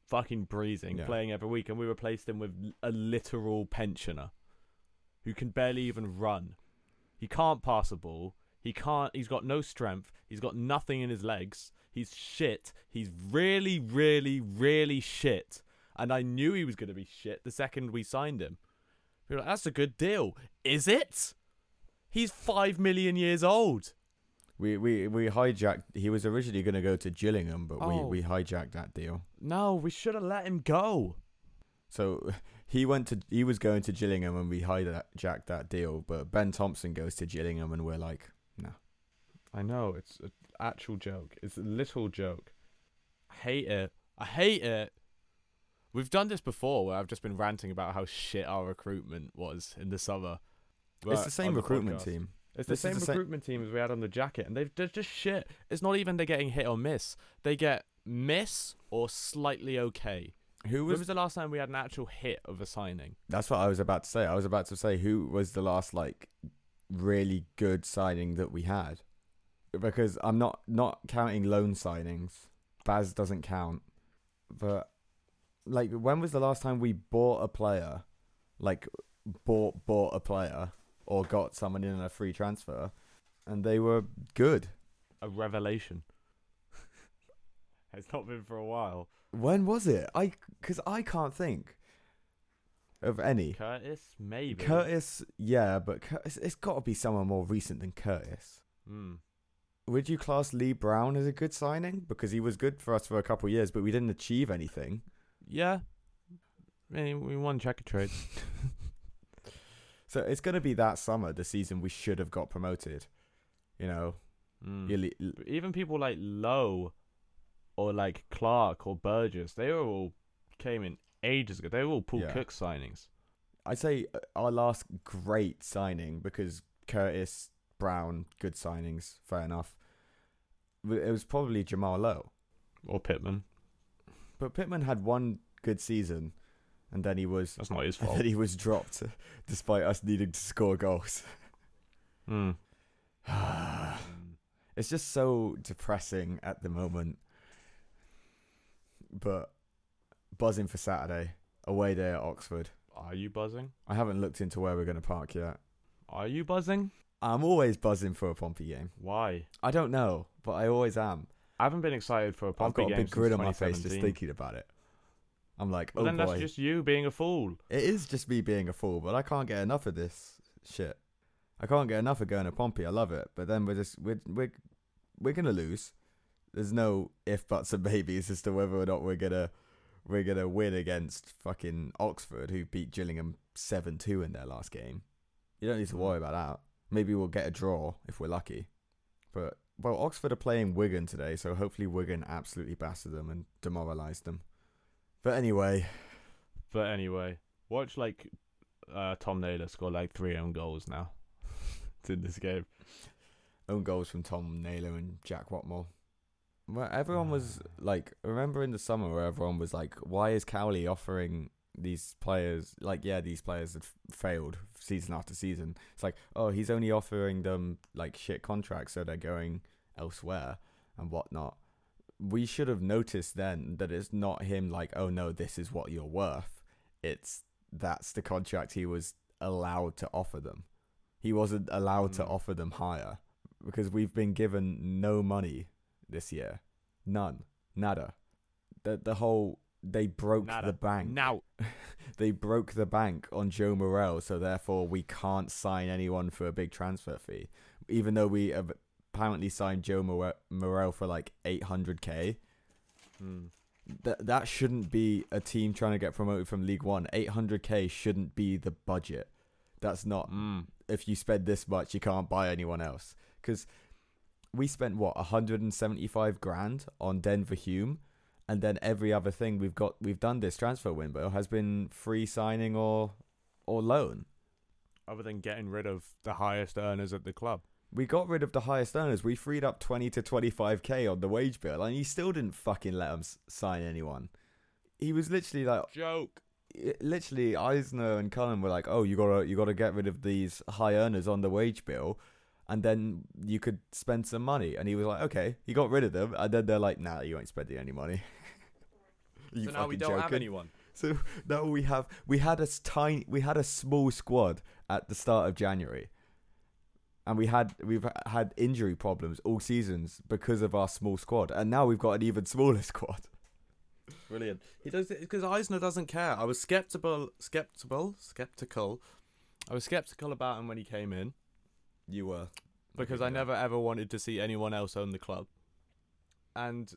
Speaker 1: fucking breezing,
Speaker 2: Yeah.
Speaker 1: playing every week, and we replaced him with l- a literal pensioner who can barely even run. He can't pass a ball. He can't. He's got no strength. He's got nothing in his legs. He's shit. He's really, really, really shit. And I knew he was going to be shit the second we signed him. We were like, that's a good deal. Is it? He's five million years old.
Speaker 2: We we we hijacked. He was originally going to go to Gillingham, but
Speaker 1: Oh.
Speaker 2: we we hijacked that deal.
Speaker 1: No, we should have let him go.
Speaker 2: So *laughs* he went to he was going to Gillingham, and we hijacked that deal. But Ben Thompson goes to Gillingham, and we're like, no.
Speaker 1: I know it's an actual joke. It's a little joke. I hate it. I hate it. We've done this before, where I've just been ranting about how shit our recruitment was in the summer.
Speaker 2: it's
Speaker 1: But
Speaker 2: the same
Speaker 1: on
Speaker 2: recruitment
Speaker 1: podcast-
Speaker 2: team.
Speaker 1: It's the
Speaker 2: This is
Speaker 1: same
Speaker 2: the same-
Speaker 1: recruitment team as we had on the jacket, and they've they're just shit. It's not even they're getting hit or miss. They get miss or slightly okay.
Speaker 2: Who
Speaker 1: When
Speaker 2: was
Speaker 1: was the last time we had an actual hit of a signing?
Speaker 2: That's what I was about to say. I was about to say who was the last like really good signing that we had, because I'm not not counting loan signings. Baz doesn't count, but like when was the last time we bought a player, like bought bought a player or got someone in on a free transfer, and they were good.
Speaker 1: A revelation. *laughs* it's not been for a while.
Speaker 2: When was it? I because I can't think of any.
Speaker 1: Curtis, maybe.
Speaker 2: Curtis, yeah, but Curtis, it's got to be someone more recent than Curtis.
Speaker 1: Hmm.
Speaker 2: Would you class Lee Brown as a good signing because he was good for us for a couple of years, but we didn't achieve anything?
Speaker 1: Yeah, Eh, We won checker trade.
Speaker 2: So it's going to be that summer, the season we should have got promoted. You know, e-,
Speaker 1: Mm.
Speaker 2: you le-
Speaker 1: Even people like Lowe or like Clark or Burgess, they were all came in ages ago. They were all Paul
Speaker 2: Yeah.
Speaker 1: Cook signings.
Speaker 2: I'd say uh, our last great signing because Curtis Brown, good signings, fair enough. W- It was probably Jamal Lowe,
Speaker 1: Or Pittman.
Speaker 2: but Pittman had one good season, and then he was
Speaker 1: That's not
Speaker 2: *laughs*
Speaker 1: his
Speaker 2: and
Speaker 1: fault.
Speaker 2: then he was dropped, despite us needing to score goals. *sighs*
Speaker 1: Mm.
Speaker 2: it's just so depressing at the moment. But buzzing for Saturday, away day at Oxford.
Speaker 1: Are you buzzing?
Speaker 2: I haven't looked into where we're going to park yet.
Speaker 1: Are you buzzing?
Speaker 2: I'm always buzzing for a Pompey game.
Speaker 1: Why?
Speaker 2: I don't know, but I always am.
Speaker 1: I haven't been excited for a Pompey
Speaker 2: I've got
Speaker 1: game
Speaker 2: a big
Speaker 1: since
Speaker 2: grin on my face just
Speaker 1: 2017.
Speaker 2: thinking about it. I'm like,
Speaker 1: Well,
Speaker 2: oh
Speaker 1: then
Speaker 2: boy,
Speaker 1: that's just you being a fool.
Speaker 2: it is just me being a fool, but I can't get enough of this shit. I can't get enough of going to Pompey. I love it, but then we're just we're we're we're gonna lose. There's no if buts and babies as to whether or not we're gonna we're gonna win against fucking Oxford, who beat Gillingham seven two in their last game. You don't need to worry about that. Maybe we'll get a draw if we're lucky. But well, Oxford are playing Wigan today, so hopefully Wigan absolutely bastard them and demoralised them. But anyway,
Speaker 1: But anyway, watch like uh, Tom Naylor score like three own goals now. *laughs* It's in this game.
Speaker 2: own goals from Tom Naylor and Jack Watmore. Well, everyone was like, remember in the summer where everyone was like, why is Cowley offering these players, like, yeah, these players had f- failed season after season. It's like, oh, he's only offering them like shit contracts, so they're going elsewhere and whatnot. We should have noticed then that it's not him like, oh no, this is what you're worth. It's that's the contract he was allowed to offer them. He wasn't allowed to
Speaker 1: Mm.
Speaker 2: offer them higher because we've been given no money this year. None. Nada. The the whole they broke
Speaker 1: Nada.
Speaker 2: the bank.
Speaker 1: Now,
Speaker 2: They broke the bank on Joe Morel, so therefore we can't sign anyone for a big transfer fee. Even though we have apparently signed Joe More- Morel for like 800k.
Speaker 1: Mm.
Speaker 2: That that shouldn't be a team trying to get promoted from League 1. 800k shouldn't be the budget. That's not
Speaker 1: Mm.
Speaker 2: if you spend this much, you can't buy anyone else. Because we spent what 175 grand on Denver Hume, and then every other thing we've got we've done this transfer window has been free signing or or loan.
Speaker 1: other than getting rid of the highest earners at the club.
Speaker 2: We got rid of the highest earners. We freed up 20 to 25k on the wage bill, and he still didn't fucking let him s- sign anyone. He was literally like,
Speaker 1: Joke.
Speaker 2: it- literally Eisner and Cullen were like, "Oh, you gotta you gotta get rid of these high earners on the wage bill, and then you could spend some money." And he was like, "Okay." He got rid of them, and then they're like, "Nah, you ain't spending any money." *laughs* Are you fucking joking?
Speaker 1: anyone.
Speaker 2: So now we have we had a s- tiny we had a small squad at the start of January, and we had we've h- had injury problems all seasons because of our small squad, and now we've got an even smaller *laughs* squad.
Speaker 1: Brilliant. He does it because Eisner doesn't care. I was skeptical, skeptical, skeptical. I was skeptical about him when he came in
Speaker 2: You were
Speaker 1: because I never ever wanted to see anyone else own the club, and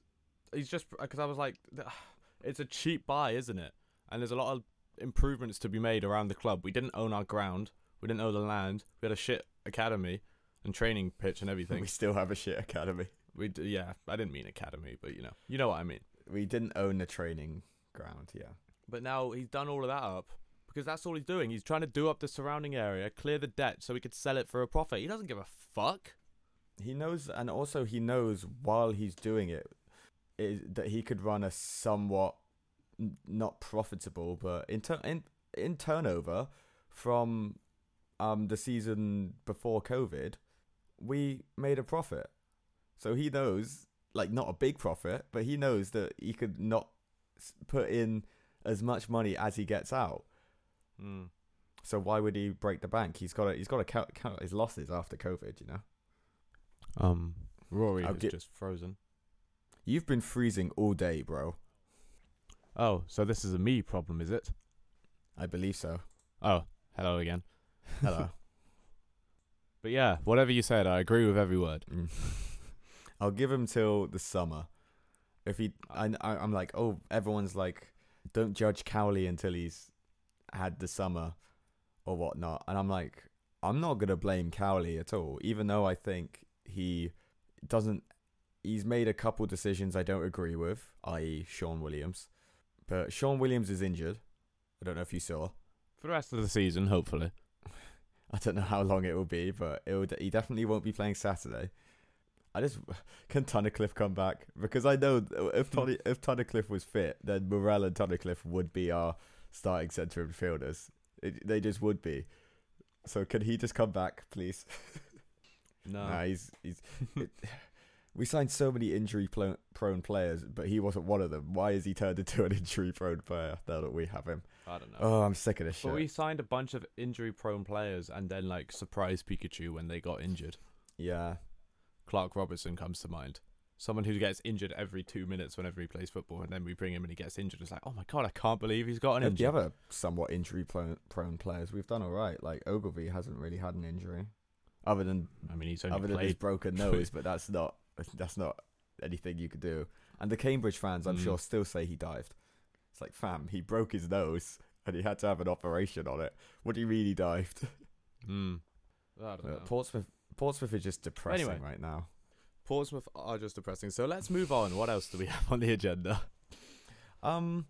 Speaker 1: he's just because I was like, *sighs* it's a cheap buy, isn't it? And there's a lot of improvements to be made around the club. We didn't own our ground. We didn't own the land. We had a shit academy and training pitch and everything.
Speaker 2: We still have a shit academy.
Speaker 1: We d- yeah, I didn't mean academy, but you know, you know what I mean.
Speaker 2: we didn't own the training ground. Yeah,
Speaker 1: But now he's done all of that up because that's all he's doing. He's trying to do up the surrounding area, clear the debt, so he could sell it for a profit. He doesn't give a fuck.
Speaker 2: he knows, and also he knows while he's doing it, is that he could run a somewhat n- not profitable, but in tur- in in turnover from um the season before COVID, we made a profit. So he knows, like, not a big profit, but he knows that he could not s- put in as much money as he gets out.
Speaker 1: Mm.
Speaker 2: So why would he break the bank? He's got to he's got to count, count his losses after COVID. You know,
Speaker 1: Um, Rory
Speaker 2: I'll
Speaker 1: is
Speaker 2: get-
Speaker 1: just frozen.
Speaker 2: you've been freezing all day, bro.
Speaker 1: Oh, so this is a me problem, is it?
Speaker 2: I believe so.
Speaker 1: Oh, hello again.
Speaker 2: Hello.
Speaker 1: But yeah, whatever you said, I agree with every word.
Speaker 2: Mm. I'll give him till the summer. If he, I, I- I'm like, oh, everyone's like, don't judge Cowley until he's had the summer or whatnot. And I'm like, I'm not gonna blame Cowley at all, even though I think he doesn't. He's made a couple decisions I don't agree with, i.e., Sean Williams. But Sean Williams is injured. I don't know if you saw.
Speaker 1: For the rest of the season, hopefully.
Speaker 2: I don't know how long it will be, but it will, he definitely won't be playing Saturday. I just *laughs* can Tunnicliffe come back because I know if Tony, if Tunnicliffe was fit, then Morel and Tunnicliffe would be our starting centre midfielders. It, they just would be. So can he just come back, please?
Speaker 1: No.
Speaker 2: *laughs* Nah, he's he's. it- *laughs* we signed so many injury pl- prone players, but he wasn't one of them. Why is he turned *laughs* into an injury prone player now that we have him?
Speaker 1: I don't know.
Speaker 2: Oh, I'm sick of this shit.
Speaker 1: but we signed a bunch of injury prone players and then, like, surprised Pikachu when they got injured.
Speaker 2: yeah,
Speaker 1: Clark Robertson comes to mind. Someone who gets injured every two minutes whenever he plays football, and then we bring him and he gets injured. It's like, oh my god, I can't believe he's got an
Speaker 2: Of Uh, the
Speaker 1: injury.
Speaker 2: other somewhat injury prone, prone players, we've done all right. Like Ogilvy hasn't really had an injury, other than
Speaker 1: I mean, he's
Speaker 2: other
Speaker 1: only
Speaker 2: than his
Speaker 1: played. *laughs*
Speaker 2: broken nose, but that's not that's not anything you could do. And the Cambridge fans, I'm
Speaker 1: Mm.
Speaker 2: sure, still say he dived. It's like, fam, he broke his nose and he had to have an operation on it. What do you mean he dived?
Speaker 1: Hmm. I don't
Speaker 2: Uh,
Speaker 1: know.
Speaker 2: Portsmouth, Portsmouth is just depressing
Speaker 1: Anyway.
Speaker 2: right now.
Speaker 1: Portsmouth are just depressing. So let's move on. What else do
Speaker 2: *laughs*
Speaker 1: we have on the agenda?
Speaker 2: Um,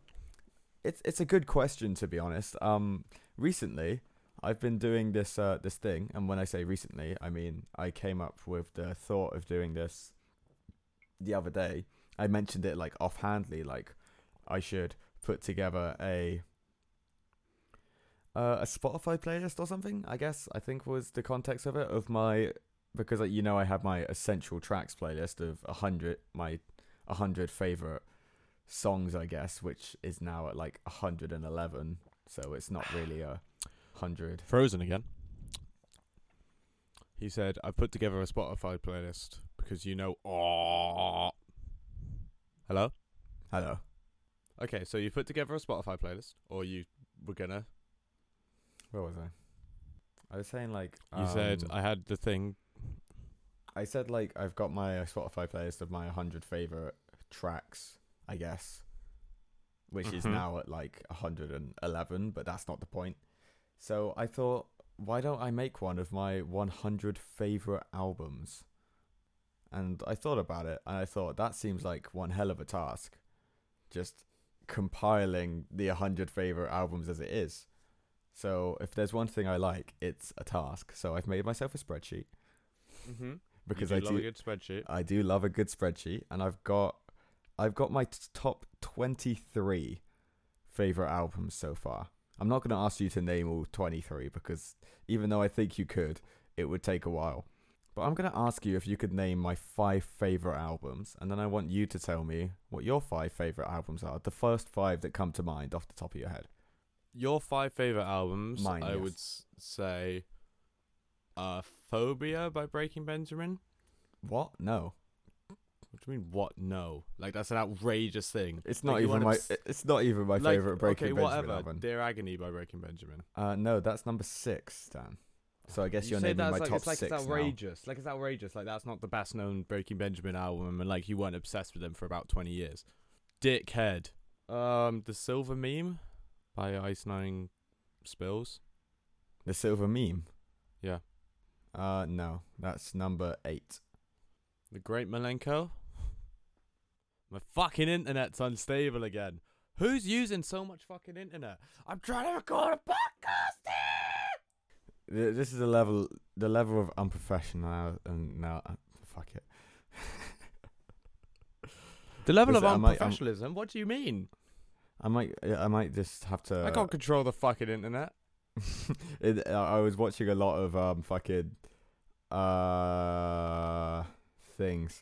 Speaker 2: it's it's a good question to be honest. Um, recently, I've been doing this uh this thing, and when I say recently, I mean I came up with the thought of doing this the other day. I mentioned it like offhandly, like I should put together a uh, a Spotify playlist or something. I guess I think was the context of it of my because like, you know I have my essential tracks playlist of a hundred my a hundred favorite songs, I guess, which is now at like 111. So it's not really a 100.
Speaker 1: Frozen again. He said, I put together a Spotify playlist because you know. Aww. Hello?
Speaker 2: Hello.
Speaker 1: Okay, so you put together a Spotify playlist, or you were gonna.
Speaker 2: Where was I? I was saying like
Speaker 1: You said,
Speaker 2: um,
Speaker 1: I had the thing.
Speaker 2: I said like I've got my uh, Spotify playlist of my 100 favorite tracks, I guess, which is
Speaker 1: Mhm.
Speaker 2: now at like 111, but that's not the point. So I thought, why don't I make one of my 100 favorite albums? And I thought about it, and I thought that seems like one hell of a task, just compiling the 100 favorite albums as it is. So if there's one thing I like, it's a task. So I've made myself a spreadsheet
Speaker 1: Mm-hmm.
Speaker 2: because
Speaker 1: you
Speaker 2: I
Speaker 1: love
Speaker 2: do
Speaker 1: a good spreadsheet.
Speaker 2: I do love a good spreadsheet, and I've got I've got my t- top twenty three favorite albums so far. I'm not going to ask you to name all twenty three because even though I think you could, it would take a while. But I'm going to ask you if you could name my five favorite albums, and then I want you to tell me what your five favorite albums are. The first five that come to mind off the top of your head.
Speaker 1: Your five favorite albums,
Speaker 2: Mine,
Speaker 1: I
Speaker 2: yes.
Speaker 1: would s- say, uh, "Phobia" by Breaking Benjamin.
Speaker 2: What? No,
Speaker 1: What do you mean? What? No, like that's an outrageous thing.
Speaker 2: it's
Speaker 1: Like,
Speaker 2: not
Speaker 1: you
Speaker 2: even
Speaker 1: wanna
Speaker 2: my.
Speaker 1: s-
Speaker 2: It's not even my
Speaker 1: like,
Speaker 2: favorite Breaking
Speaker 1: okay,
Speaker 2: Benjamin
Speaker 1: whatever.
Speaker 2: album.
Speaker 1: Dear Agony by Breaking Benjamin.
Speaker 2: Uh, no, that's number six, Dan. So I guess
Speaker 1: you
Speaker 2: are
Speaker 1: say
Speaker 2: naming
Speaker 1: that's
Speaker 2: my
Speaker 1: like,
Speaker 2: top
Speaker 1: it's like
Speaker 2: six
Speaker 1: it's
Speaker 2: now.
Speaker 1: outrageous. Like it's outrageous. Like that's not the best known Breaking Benjamin album, and like you weren't obsessed with them for about twenty years. Dickhead. Um, the Silver Meme by Ice Nine Spills.
Speaker 2: The silver meme.
Speaker 1: Yeah.
Speaker 2: Uh, no, that's number eight.
Speaker 1: The Great Malenko. My fucking internet's unstable again. Who's using so much fucking internet? I'm trying to record a podcast. here!
Speaker 2: Th- This is the level, the level of unprofessional uh, and now, fuck it. *laughs*
Speaker 1: The level
Speaker 2: Is
Speaker 1: of
Speaker 2: it- am I- am-
Speaker 1: unprofessionalism. what do you mean?
Speaker 2: I might, I might just have to.
Speaker 1: I can't control the fucking internet.
Speaker 2: it, I I was watching a lot of um fucking, uh, things.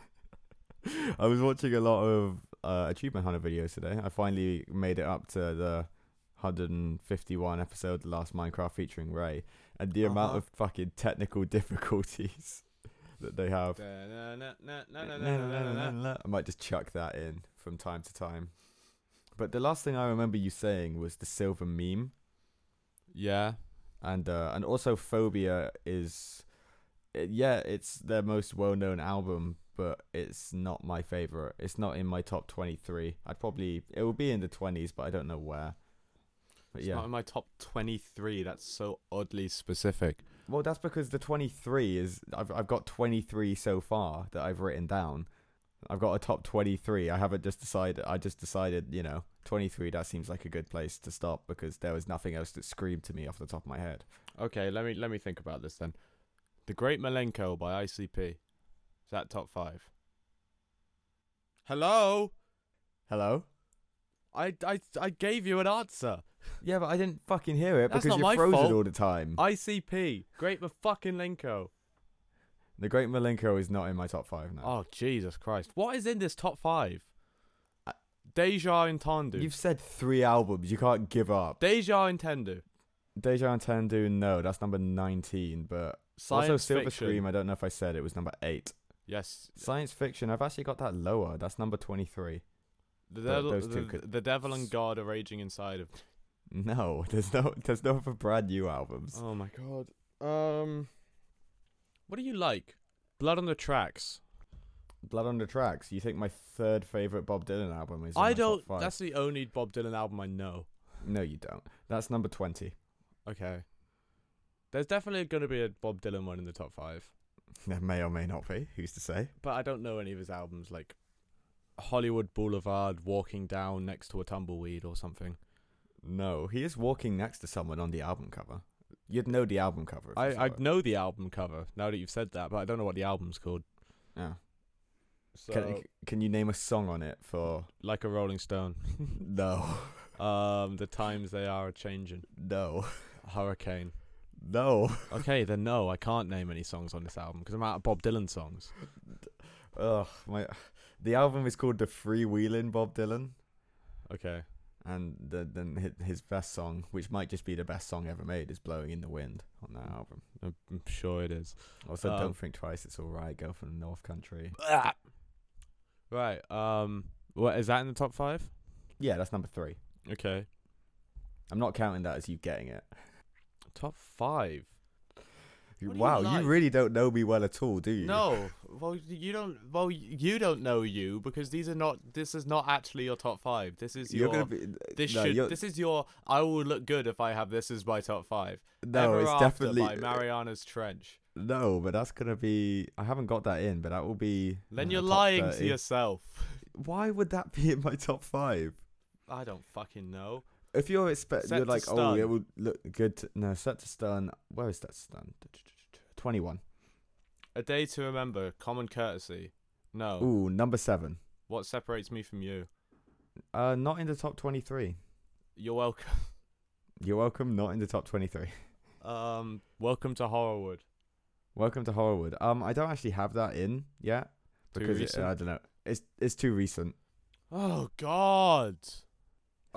Speaker 2: *laughs* I was watching a lot of uh, achievement hunter videos today. I finally made it up to the 151 episode of last Minecraft featuring Ray, and the amount
Speaker 1: Uh-huh.
Speaker 2: of fucking technical *laughs* difficulties that they have. I might just chuck that in from time to time. But the last thing I remember you saying was the silver meme
Speaker 1: Yeah.
Speaker 2: and uh, and also phobia is uh, yeah it's their most well-known album but it's not my favorite. It's not in my top 23. I'd probably it will be in the 20s, but I don't know where. But
Speaker 1: It's
Speaker 2: yeah.
Speaker 1: not in my top 23. That's so oddly specific.
Speaker 2: Well, that's because the 23 is I've I've got 23 so far that I've written down. I've got a top 23. I haven't just decided I just decided, you know, 23 that seems like a good place to stop because there was nothing else that screamed to me off the top of my head.
Speaker 1: Okay, let me let me think about this then. The Great Malenko by ICP. Is that top 5? Hello?
Speaker 2: Hello?
Speaker 1: I, I, I gave you an answer.
Speaker 2: Yeah, but I didn't fucking hear it
Speaker 1: That's not
Speaker 2: because you're
Speaker 1: my
Speaker 2: frozen
Speaker 1: fault.
Speaker 2: all the time.
Speaker 1: ICP. Great fucking Lenko.
Speaker 2: The Great Malenko is not in my top 5 now.
Speaker 1: Oh, Jesus Christ. What is in this top 5?
Speaker 2: I-
Speaker 1: Deja Intendu.
Speaker 2: Uh, You've said three albums. You can't give up.
Speaker 1: Deja Intendu.
Speaker 2: Deja and Tendu, no, that's number 19. But
Speaker 1: Science
Speaker 2: also Silver
Speaker 1: fiction.
Speaker 2: Scream, I don't know if I said it was number 8.
Speaker 1: Yes.
Speaker 2: Science Fiction, I've actually got that lower. That's number 23.
Speaker 1: The, devil,
Speaker 2: those
Speaker 1: the,
Speaker 2: two could-
Speaker 1: the devil and God are raging inside of.
Speaker 2: No, *laughs* there's no there's no for brand new albums.
Speaker 1: Oh my god. Um, what do you like? Blood on the tracks.
Speaker 2: Blood on the Tracks, you think my third favorite Bob Dylan album is in
Speaker 1: I
Speaker 2: my
Speaker 1: don't.
Speaker 2: top five?
Speaker 1: That's the only Bob Dylan album I know.
Speaker 2: No, you don't. That's number 20.
Speaker 1: Okay. There's definitely going to be a Bob Dylan one in the top five,
Speaker 2: *laughs* There may or may not be. Who's to say?
Speaker 1: but I don't know any of his albums like Hollywood Boulevard, Walking Down Next to a Tumbleweed, or something.
Speaker 2: No, he is walking next to someone on the album cover. You'd know the album cover. if you
Speaker 1: I
Speaker 2: saw
Speaker 1: I
Speaker 2: it.
Speaker 1: know the album cover now that you've said that, but I don't know what the album's called.
Speaker 2: Yeah.
Speaker 1: So,
Speaker 2: Can, can you name a song on it
Speaker 1: *laughs*
Speaker 2: for
Speaker 1: like a Rolling
Speaker 2: *laughs*
Speaker 1: Stone.
Speaker 2: no,
Speaker 1: Um, the times they are a changing.
Speaker 2: no,
Speaker 1: Hurricane.
Speaker 2: no?
Speaker 1: Okay, then no, I can't name any songs on this album because I'm out of Bob Dylan songs.
Speaker 2: Ugh, my. The album is called "The Freewheeling Bob Dylan,"
Speaker 1: Okay.
Speaker 2: and the, then hi- his best song, which might just be the best song ever made, is "Blowing in the Wind" on that album.
Speaker 1: I'm I'm sure it is.
Speaker 2: Also,
Speaker 1: Mm. Um,
Speaker 2: "Don't Think Twice, It's Alright, Girl from the North Country."
Speaker 1: Right. Um. What is that in the top five?
Speaker 2: Yeah, that's number three.
Speaker 1: Okay.
Speaker 2: I'm not counting that as you getting it.
Speaker 1: Top five. What do you
Speaker 2: wow,
Speaker 1: like?
Speaker 2: you really don't know me well at all, do you?
Speaker 1: No. Well, you don't. Well, you don't know you because these are not. This is not actually your top five. This is
Speaker 2: you're
Speaker 1: your.
Speaker 2: gonna be.
Speaker 1: this
Speaker 2: no,
Speaker 1: should.
Speaker 2: you're-
Speaker 1: This is your. I will look good if I have this as my top five.
Speaker 2: no,
Speaker 1: Ever
Speaker 2: it's
Speaker 1: After
Speaker 2: definitely uh,
Speaker 1: by Mariana's Trench.
Speaker 2: No, but that's gonna be. I haven't got that in, but that will be.
Speaker 1: Then
Speaker 2: uh,
Speaker 1: you're
Speaker 2: top
Speaker 1: lying
Speaker 2: 30.
Speaker 1: to yourself.
Speaker 2: Why would that be *laughs* in my top five?
Speaker 1: I don't fucking know.
Speaker 2: If you're expect,
Speaker 1: Set
Speaker 2: you're
Speaker 1: to
Speaker 2: like, oh, it
Speaker 1: Stun.
Speaker 2: will look good. To, no, set to stun. Where is that stun? Twenty-one.
Speaker 1: A Day to Remember, Common Courtesy. No.
Speaker 2: Ooh, number seven.
Speaker 1: What separates me from you?
Speaker 2: Uh, not in the top twenty-three.
Speaker 1: You're welcome. *laughs*
Speaker 2: You're welcome. Not in the top twenty-three. *laughs*
Speaker 1: Um, welcome to Horrorwood.
Speaker 2: welcome to Horrorwood. Um, I don't actually have that in yet
Speaker 1: Too
Speaker 2: because it, uh,
Speaker 1: recent?
Speaker 2: I don't know. It's it's too recent.
Speaker 1: Oh God.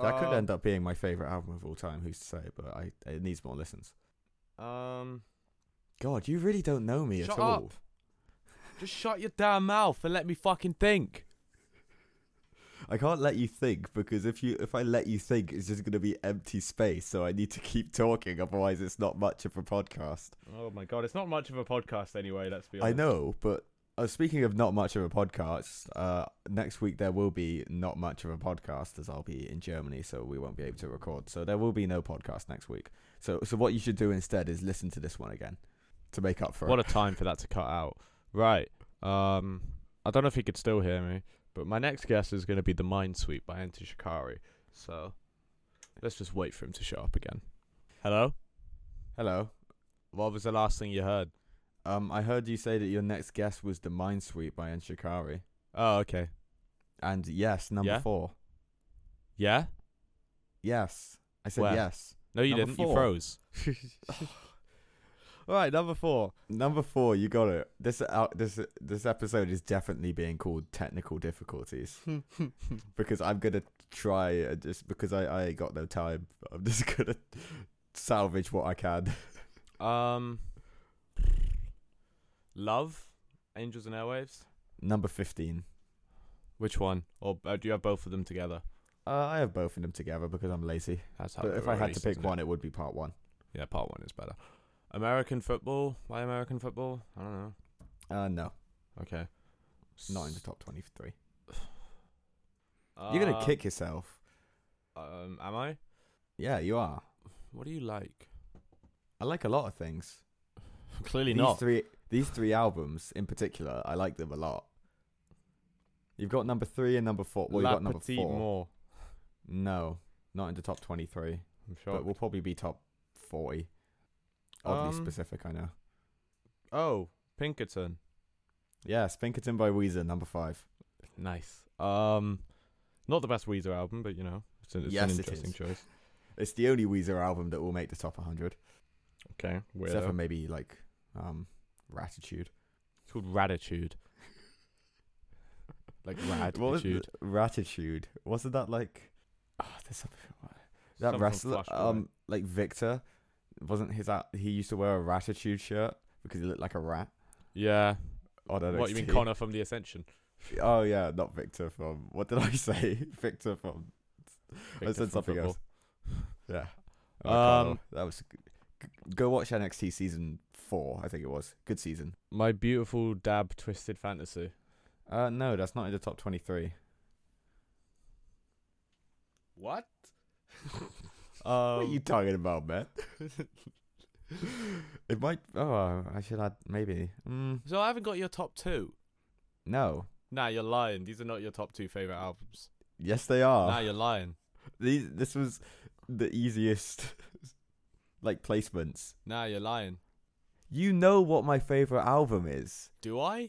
Speaker 2: That could
Speaker 1: Um,
Speaker 2: end up being my favorite album of all time. Who's to say? But I it needs more listens.
Speaker 1: Um,
Speaker 2: God, you really don't know me
Speaker 1: Shut
Speaker 2: at all.
Speaker 1: up. just shut your damn mouth and let me fucking think.
Speaker 2: I can't let you think because if you if I let you think, it's just going to be empty space. So I need to keep talking, otherwise it's not much of a podcast.
Speaker 1: Oh my God, it's not much of a podcast anyway. Let's be
Speaker 2: I know, but uh, speaking of not much of a podcast, uh, next week there will be not much of a podcast as I'll be in Germany, so we won't be able to record. So there will be no podcast next week. So so what you should do instead is listen to this one again to make up for
Speaker 1: What
Speaker 2: it.
Speaker 1: a time for that to cut out. Right. Um, I don't know if he could still hear me, but my next guess is going to be the Mind Sweep by Enter Shikari. So, let's just wait for him to show up again. Hello.
Speaker 2: Hello.
Speaker 1: What was the last thing you heard?
Speaker 2: Um, I heard you say that your next guest was the Mind Sweep by Enshikari,
Speaker 1: Oh, okay.
Speaker 2: and yes, number
Speaker 1: Yeah?
Speaker 2: four.
Speaker 1: Yeah?
Speaker 2: Yes, I said
Speaker 1: Where?
Speaker 2: yes.
Speaker 1: No, you
Speaker 2: Number
Speaker 1: didn't. You
Speaker 2: four.
Speaker 1: froze. All *laughs* right, number four.
Speaker 2: Number four, you got it. This uh, this this episode is definitely being called technical difficulties
Speaker 1: *laughs*
Speaker 2: because I'm gonna try uh, just because I I got no time. *laughs* I'm just gonna salvage what I can.
Speaker 1: um, love, angels and airwaves.
Speaker 2: Number fifteen.
Speaker 1: Which one? Or uh, do you have both of them together?
Speaker 2: Uh, I have both of them together because I'm lazy.
Speaker 1: That's how.
Speaker 2: But
Speaker 1: they
Speaker 2: if
Speaker 1: were
Speaker 2: I had to
Speaker 1: released,
Speaker 2: pick
Speaker 1: isn't it?
Speaker 2: one, it would be part one.
Speaker 1: yeah, part one is better. American football. Why American football? I don't know.
Speaker 2: Uh, no.
Speaker 1: Okay.
Speaker 2: Not in
Speaker 1: *sighs*
Speaker 2: the top 23. You're going
Speaker 1: Uh,
Speaker 2: to kick yourself.
Speaker 1: Um, am I?
Speaker 2: Yeah, you are.
Speaker 1: What do you
Speaker 2: *laughs*
Speaker 1: like?
Speaker 2: I like a lot of things.
Speaker 1: Clearly
Speaker 2: these
Speaker 1: not.
Speaker 2: three these three albums in particular, I like them a lot. You've got number three and number four. Well,
Speaker 1: La
Speaker 2: you've got number
Speaker 1: Petite
Speaker 2: four.
Speaker 1: Mort.
Speaker 2: No, not into top twenty-three,
Speaker 1: I'm sure.
Speaker 2: but we'll probably be top forty. Oddly
Speaker 1: Um,
Speaker 2: specific, I know.
Speaker 1: oh, Pinkerton.
Speaker 2: Yes, Pinkerton by Weezer, number five.
Speaker 1: Nice. Um, not the best Weezer album, but you know, it's an, it's
Speaker 2: Yes,
Speaker 1: an
Speaker 2: it
Speaker 1: interesting
Speaker 2: is.
Speaker 1: choice.
Speaker 2: It's the only Weezer album that will make the top 100,
Speaker 1: Okay,
Speaker 2: except for
Speaker 1: weirdo.
Speaker 2: maybe like um, Ratitude.
Speaker 1: It's called
Speaker 2: *laughs*
Speaker 1: Ratitude. like Ratitude.
Speaker 2: What was the- Ratitude? Wasn't that like *sighs* Ah, there's something, that
Speaker 1: Something
Speaker 2: wrestler?
Speaker 1: Flash Boy.
Speaker 2: Um, like Victor, wasn't his? Out, he used to wear a Ratitude shirt because he looked like a rat.
Speaker 1: yeah.
Speaker 2: Oh, no,
Speaker 1: What you mean, Connor from The Ascension?
Speaker 2: *laughs* Oh yeah, not Victor from. What did I *laughs* say? Victor from. I
Speaker 1: Victor
Speaker 2: said
Speaker 1: from
Speaker 2: something
Speaker 1: football.
Speaker 2: else. *laughs* Yeah.
Speaker 1: Um,
Speaker 2: Um, that was. Go watch NXT season four. I think it was good season.
Speaker 1: My beautiful dab, twisted fantasy.
Speaker 2: Uh, no, that's not in the top twenty-three.
Speaker 1: What?
Speaker 2: what are
Speaker 1: um,
Speaker 2: you talking about, man? *laughs* it might. Oh, I should add maybe. Mm,
Speaker 1: so I haven't got your top two.
Speaker 2: no.
Speaker 1: Nah, you're lying. These are not your top two favorite albums.
Speaker 2: Yes, they are.
Speaker 1: Nah, you're lying.
Speaker 2: These. This was the easiest. like placements.
Speaker 1: Nah, you're lying.
Speaker 2: You know what my favorite album is.
Speaker 1: Do I? Are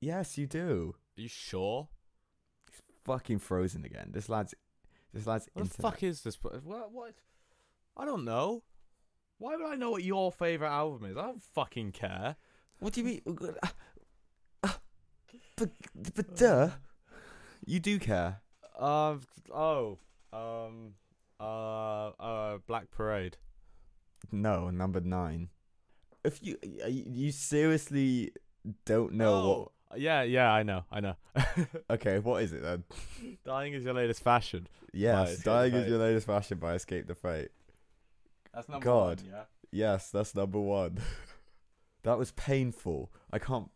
Speaker 2: Yes, you do.
Speaker 1: you sure?
Speaker 2: fucking frozen again. This lad's this lad's
Speaker 1: What the
Speaker 2: internet.
Speaker 1: fuck is this? pro- What? What? I don't know. Why would I know what your favorite album is? I don't fucking care.
Speaker 2: What do you mean? Uh, uh, But but duh, you do care.
Speaker 1: Um. Oh. Um. Uh. Uh. Black Parade.
Speaker 2: No, number nine. If you uh, you you seriously don't know
Speaker 1: what? Oh, Yeah. Yeah. I know. I know. *laughs*
Speaker 2: what? Okay, what is it then?
Speaker 1: Dying is your latest fashion.
Speaker 2: Yes,
Speaker 1: Escape the
Speaker 2: dying is
Speaker 1: Fate.
Speaker 2: your latest fashion by Escape the Fate.
Speaker 1: That's
Speaker 2: number God. one,
Speaker 1: Yeah.
Speaker 2: Yes, that's number one. *laughs* that was painful. I can't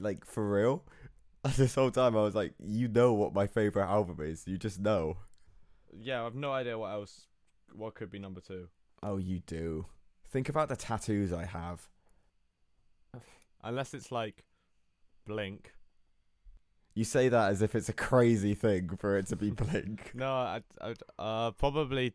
Speaker 2: like for real. *laughs* This whole time I was like, you know what my favorite album is. You just know.
Speaker 1: Yeah. I've no idea what else. What could be number two?
Speaker 2: Oh, you do. Think about the tattoos I have.
Speaker 1: Unless it's like, Blink.
Speaker 2: You say that as if it's a crazy thing for it to be
Speaker 1: *laughs*
Speaker 2: Blink.
Speaker 1: No. I. I uh. Probably.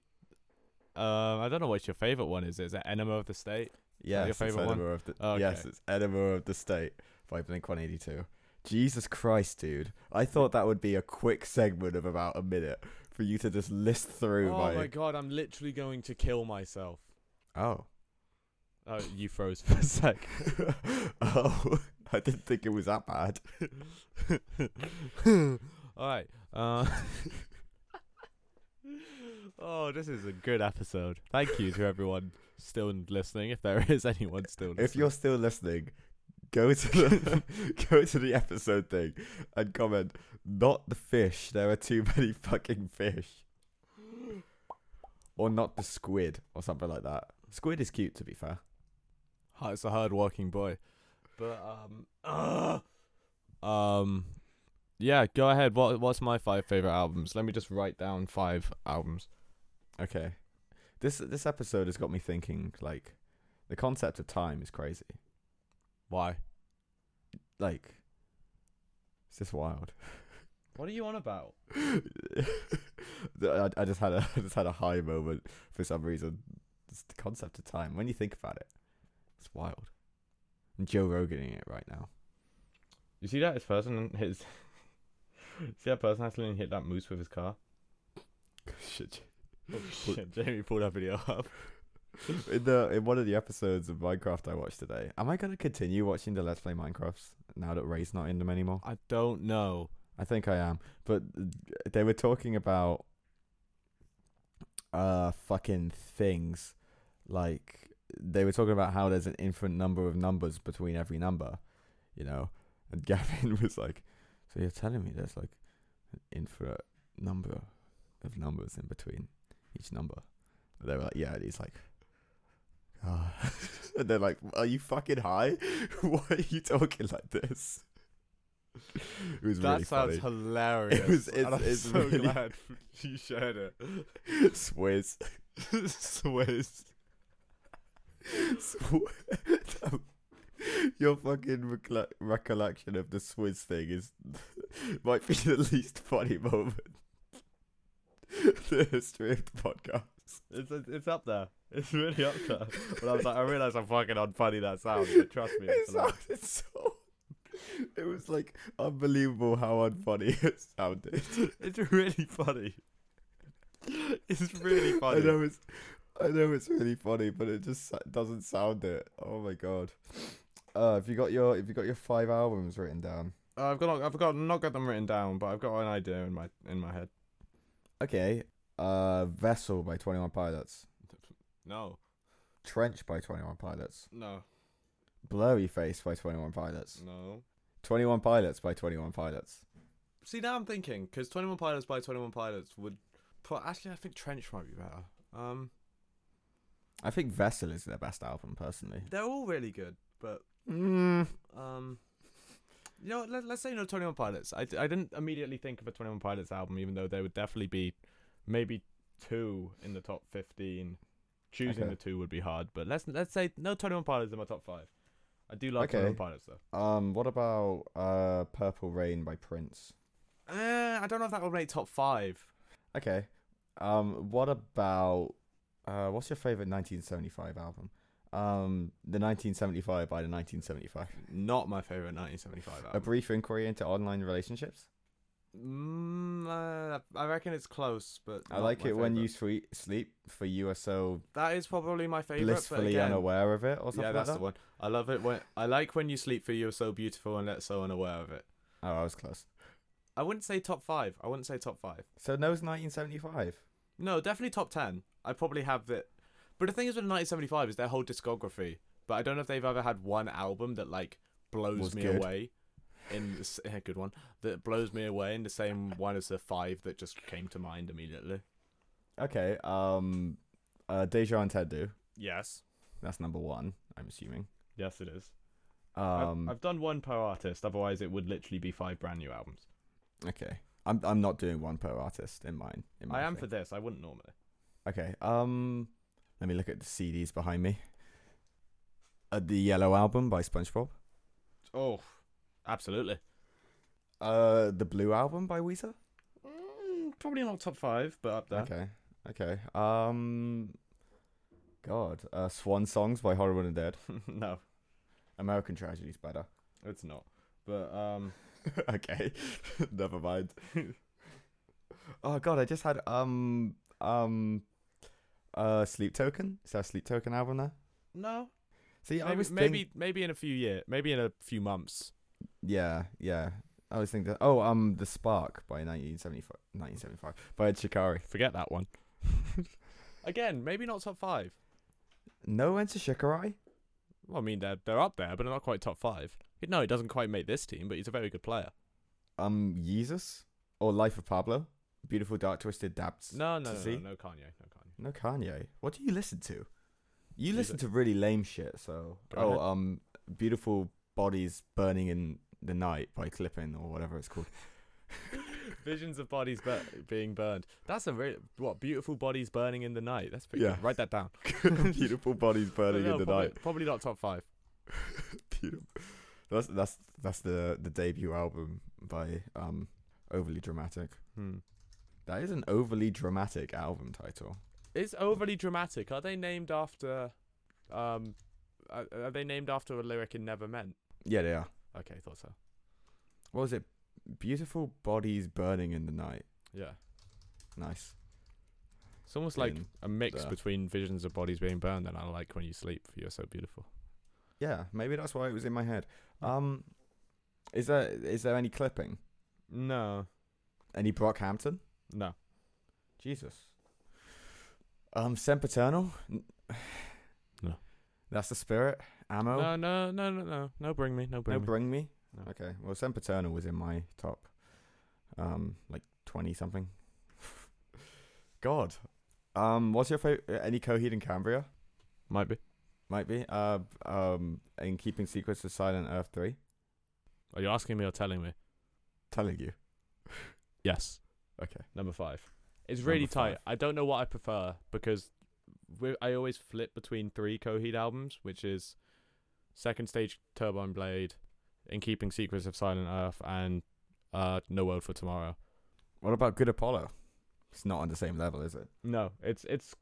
Speaker 1: Um. I don't know what your favorite one is. Is it Enema of the State?
Speaker 2: yes,
Speaker 1: your
Speaker 2: it's
Speaker 1: favourite one?
Speaker 2: Enema of the
Speaker 1: Oh,
Speaker 2: yes,
Speaker 1: okay.
Speaker 2: it's Enema of the State by Blink One Eighty Two. Jesus Christ, dude! I thought that would be a quick segment of about a minute for you to just list through
Speaker 1: oh
Speaker 2: my.
Speaker 1: my god, I'm literally going to kill myself.
Speaker 2: Oh.
Speaker 1: Oh, you froze *laughs* for a sec.
Speaker 2: *laughs* oh, I didn't think it was that bad.
Speaker 1: All right. Uh, *laughs* oh, this is a good episode. Thank you to everyone still listening, if there is anyone still listening.
Speaker 2: If you're still listening, go to the *laughs* go to the episode thing and comment. Not the fish. There are too many fucking fish. Or not the squid, or something like that. Squid is cute, to be fair.
Speaker 1: Hi, it's a hard-working boy, but um, ugh. um, yeah. Go ahead. What What's my five favorite albums? Let me just write down five albums.
Speaker 2: Okay, this this episode has got me thinking. Like, the concept of time is crazy.
Speaker 1: Why?
Speaker 2: Like, it's just wild.
Speaker 1: What are you on about?
Speaker 2: I, I just had a *laughs* I just had a high moment for some reason. It's the concept of time. When you think about it, it's wild. I'm Joe Roganing it right now. *laughs*
Speaker 1: You see that his person his *laughs* see that person accidentally hit that moose with his car.
Speaker 2: Shit.
Speaker 1: Oh shit! Jamie pulled that video *laughs* up.
Speaker 2: In the in one of the episodes of Minecraft I watched today, am I gonna continue watching the Let's Play Minecrafts now that Ray's not in them anymore?
Speaker 1: I don't know.
Speaker 2: I think I am. But they were talking about uh fucking things. Like they were talking about how there's an infinite number of numbers between every number, you know. And *laughs* Gavin was like, "So you're telling me there's like an infinite number of numbers in between each number?" And they were like, "Yeah." And he's like, "Ah." *laughs* and they're like, "Are you fucking high? Why are you talking like this?" *laughs* It was
Speaker 1: that
Speaker 2: really
Speaker 1: sounds *laughs*
Speaker 2: funny.
Speaker 1: hilarious.
Speaker 2: was-
Speaker 1: and
Speaker 2: it's-
Speaker 1: I'm
Speaker 2: it's
Speaker 1: so
Speaker 2: really- *laughs*
Speaker 1: glad you shared it.
Speaker 2: Swizz.
Speaker 1: Swiss.
Speaker 2: Sw- *laughs* Your fucking recolle- recollection of the Swizz thing is *laughs* might be the least funny moment. *laughs* the history of the podcast.
Speaker 1: *laughs* It's, it's it's up there. It's *laughs* really up there. But I was like, I realise how fucking unfunny that sounds, but trust me,
Speaker 2: it
Speaker 1: it's a lot.
Speaker 2: sounded so. *laughs* It was like unbelievable how unfunny *laughs* it sounded.
Speaker 1: It's really funny. It's really funny.
Speaker 2: I know it's, I know it's really funny, but it just sa- doesn't sound it. Oh my god. Uh, have you got your have you got your five albums written down?
Speaker 1: Uh, I've got I've got not got them written down, but I've got an idea in my in my head.
Speaker 2: Okay. Uh, Vessel by Twenty One Pilots,
Speaker 1: No,
Speaker 2: Trench by Twenty One Pilots,
Speaker 1: no,
Speaker 2: Blurry Face by Twenty One Pilots,
Speaker 1: no.
Speaker 2: Twenty One Pilots by Twenty One Pilots.
Speaker 1: See now I'm thinking because Twenty One Pilots by Twenty One Pilots would put. Actually, I think Trench might be better. Um,
Speaker 2: I think Vessel is their best album, personally.
Speaker 1: they're all really good, but
Speaker 2: Mm.
Speaker 1: um, you know, what, let, let's say no Twenty One Pilots. I, d- I didn't immediately think of a Twenty One Pilots album, even though there would definitely be maybe two in the top fifteen. Choosing
Speaker 2: Okay.
Speaker 1: the two would be hard, but let's let's say no Twenty One Pilots in my top five. I do like Twenty One
Speaker 2: Okay.
Speaker 1: Pilots though.
Speaker 2: Um, what about uh, Purple Rain by Prince?
Speaker 1: Uh, I don't know if that would make top five.
Speaker 2: Okay. Um, what about uh, what's your favorite 1975 album? Um, the 1975 by the 1975.
Speaker 1: Not my favorite 1975
Speaker 2: A brief inquiry into online relationships.
Speaker 1: Mm, uh, I reckon it's close, but
Speaker 2: I
Speaker 1: not
Speaker 2: like it
Speaker 1: my
Speaker 2: when
Speaker 1: favourite.
Speaker 2: you sweet, sleep for you are so
Speaker 1: That is probably my favorite. but
Speaker 2: blissfully
Speaker 1: again,
Speaker 2: unaware of it, or something
Speaker 1: Yeah, that's
Speaker 2: like
Speaker 1: the
Speaker 2: that.
Speaker 1: one. I love it when I like when you sleep for you're so beautiful and let so unaware of it.
Speaker 2: Oh, I was close.
Speaker 1: I wouldn't say top five. I wouldn't say top five.
Speaker 2: So no's 1975.
Speaker 1: No, definitely top ten. I probably have that. But the thing is with 1975 is their whole discography. But I don't know if they've ever had one album that like blows
Speaker 2: Was
Speaker 1: me
Speaker 2: good.
Speaker 1: away. In the s- a good one that blows me away in the same one as the five that just came to mind immediately.
Speaker 2: Okay. Um, uh, Deja and Ted Do.
Speaker 1: Yes,
Speaker 2: That's number one. I'm assuming.
Speaker 1: yes, it is. I've-
Speaker 2: Um,
Speaker 1: I've done one per artist. Otherwise, it would literally be five brand new albums.
Speaker 2: okay. I'm I'm not doing one per artist in mine. In my
Speaker 1: I am
Speaker 2: thing.
Speaker 1: for this. I wouldn't normally.
Speaker 2: Okay. Um, let me look at the CDs behind me. Uh, the Yellow Album by SpongeBob.
Speaker 1: Oh, absolutely.
Speaker 2: Uh, the Blue Album by Weezer.
Speaker 1: Mm, probably not top five, but up there.
Speaker 2: Okay. Okay. Um, God. Uh, Swan Songs by Horrible and Dead.
Speaker 1: *laughs* no,
Speaker 2: American Tragedy's better.
Speaker 1: it's not. But um,
Speaker 2: *laughs* okay. Never mind. *laughs* oh God, I just had um um uh Sleep Token. Is that a Sleep Token album there?
Speaker 1: no.
Speaker 2: See,
Speaker 1: Maybe
Speaker 2: I was
Speaker 1: maybe,
Speaker 2: think-
Speaker 1: maybe in a few years, maybe in a few months.
Speaker 2: Yeah, yeah. I was thinking. Oh, um, The Spark by 1975, 1975 by Chikari.
Speaker 1: Forget that
Speaker 2: *laughs*
Speaker 1: one. Again, maybe not top five.
Speaker 2: No Enter Shikari.
Speaker 1: Well, I mean they're they're up there, but they're not quite top five. No, he doesn't quite make this team, but he's a very good player.
Speaker 2: Um, Jesus or Life of Pablo. Beautiful dark twisted dabs.
Speaker 1: No, no,
Speaker 2: to
Speaker 1: no, no,
Speaker 2: see?
Speaker 1: no, Kanye, no Kanye.
Speaker 2: no Kanye. What do you listen to? You
Speaker 1: Music.
Speaker 2: listen to really lame shit. So
Speaker 1: Go
Speaker 2: oh,
Speaker 1: ahead.
Speaker 2: um, beautiful bodies burning in the night by Clipping or whatever
Speaker 1: *laughs*
Speaker 2: it's called.
Speaker 1: Visions of bodies bur- being burned. That's a really what beautiful bodies burning in the night. That's pretty.
Speaker 2: Yeah.
Speaker 1: Good. Write that down.
Speaker 2: beautiful bodies
Speaker 1: But
Speaker 2: burning
Speaker 1: no,
Speaker 2: in the
Speaker 1: probably,
Speaker 2: night.
Speaker 1: Probably not top five.
Speaker 2: *laughs* Beautiful. That's that's that's the the debut album by um overly dramatic.
Speaker 1: Hmm.
Speaker 2: That is an overly dramatic album title.
Speaker 1: It's overly dramatic. Are they named after, um, are, are they named after a lyric in Never Meant?
Speaker 2: Yeah, they are.
Speaker 1: Okay, thought so.
Speaker 2: What was it? Beautiful bodies burning in the night.
Speaker 1: Yeah,
Speaker 2: Nice.
Speaker 1: it's almost like
Speaker 2: In
Speaker 1: a mix
Speaker 2: the-
Speaker 1: between visions of bodies being burned and I like when you sleep. You're so beautiful.
Speaker 2: Yeah, maybe that's why it was in my head. Um, is there is there any clipping?
Speaker 1: No,
Speaker 2: Any Brockhampton?
Speaker 1: no.
Speaker 2: Jesus. Um, Sempaternal. N- *sighs*
Speaker 4: No.
Speaker 2: That's the spirit. Ammo.
Speaker 1: No, no, no, no, no, no. Bring me, no, bring
Speaker 2: no,
Speaker 1: me.
Speaker 2: bring me.
Speaker 1: No.
Speaker 2: Okay. Well, Sempaternal was in my top, um, like twenty something. *laughs* God. Um, what's your favorite? Any Coheed and Cambria?
Speaker 1: Might be.
Speaker 2: Might be. Uh, b- um, in keeping secrets of Silent Earth three.
Speaker 1: Are you asking me or telling me?
Speaker 2: telling you.
Speaker 5: Yes.
Speaker 2: Okay.
Speaker 1: Number five. It's really
Speaker 2: Number
Speaker 1: tight.
Speaker 2: five.
Speaker 1: I don't know what I prefer because we I always flip between three Coheed albums, which is Second Stage Turbine Blade, In Keeping Secrets of Silent Earth, and uh, No World for Tomorrow.
Speaker 2: What about Good Apollo? It's not on the same level, is it?
Speaker 1: No, it's it's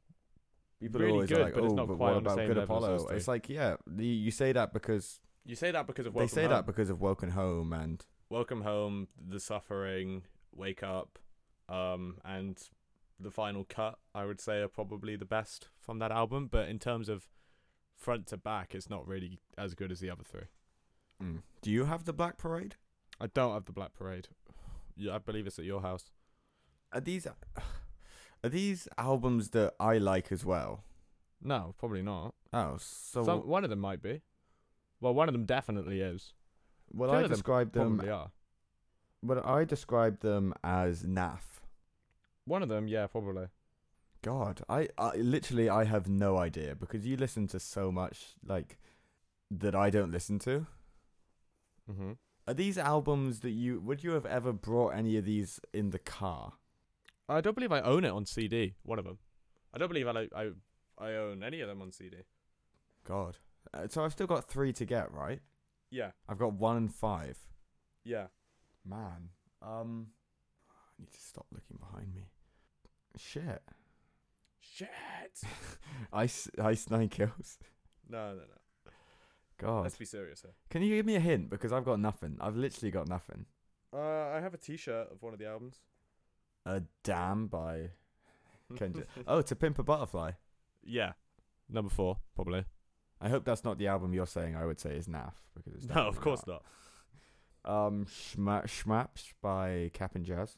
Speaker 2: People
Speaker 1: Really
Speaker 2: are always
Speaker 1: good,
Speaker 2: like,
Speaker 1: but
Speaker 2: "Oh,
Speaker 1: it's not
Speaker 2: but
Speaker 1: quite
Speaker 2: what
Speaker 1: on the
Speaker 2: about
Speaker 1: same
Speaker 2: Good
Speaker 1: level as those
Speaker 2: Apollo?"
Speaker 1: three.
Speaker 2: It's like, yeah, you, you say that because
Speaker 1: you say that because of
Speaker 2: they
Speaker 1: Welcome
Speaker 2: say
Speaker 1: Home.
Speaker 2: that because of Welcome Home and
Speaker 1: Welcome Home, The Suffering, Wake Up, um, and the final cut. I would say are probably the best from that album, but in terms of front to back, it's not really as good as the other three.
Speaker 2: Mm. Do you have the Black Parade?
Speaker 1: I don't have the Black Parade. Yeah, I believe it's at your house.
Speaker 2: Are these are these albums that I like as well?
Speaker 1: No, probably not.
Speaker 2: Oh, so
Speaker 1: Some, one of them might be. Well, one of them definitely is.
Speaker 2: well,
Speaker 1: two
Speaker 2: I
Speaker 1: of them
Speaker 2: described them.
Speaker 1: Probably are.
Speaker 2: Well, I described them as naff.
Speaker 1: One of them, yeah, probably.
Speaker 2: God, I, I literally I have no idea because you listen to so much like that I don't listen to.
Speaker 1: Mm-hmm.
Speaker 2: Are these albums that you would you have ever brought any of these in the car?
Speaker 1: I don't believe I own it on CD. One of them. I don't believe I like, I I own any of them on CD.
Speaker 2: God, uh, so I've still got three to get right.
Speaker 1: Yeah,
Speaker 2: I've got one and five.
Speaker 1: yeah.
Speaker 2: Man, um, I need to stop looking behind me. Shit, *laughs*
Speaker 1: Shit. *laughs*
Speaker 2: Ice Ice Nine Kills.
Speaker 1: No, no, no.
Speaker 2: God,
Speaker 1: Let's be serious here.
Speaker 2: can you give me a hint because I've got nothing. I've literally got nothing.
Speaker 1: Uh, I have a T-shirt of one of the albums. *laughs*
Speaker 2: A damn by Kendrick. oh, to pimp a butterfly.
Speaker 1: yeah. Number four, probably.
Speaker 2: I hope that's not the album you're saying. I would say is Naff because it's
Speaker 1: No, of course not.
Speaker 2: not. Um, Schma- Schmaps by Cap and Jazz.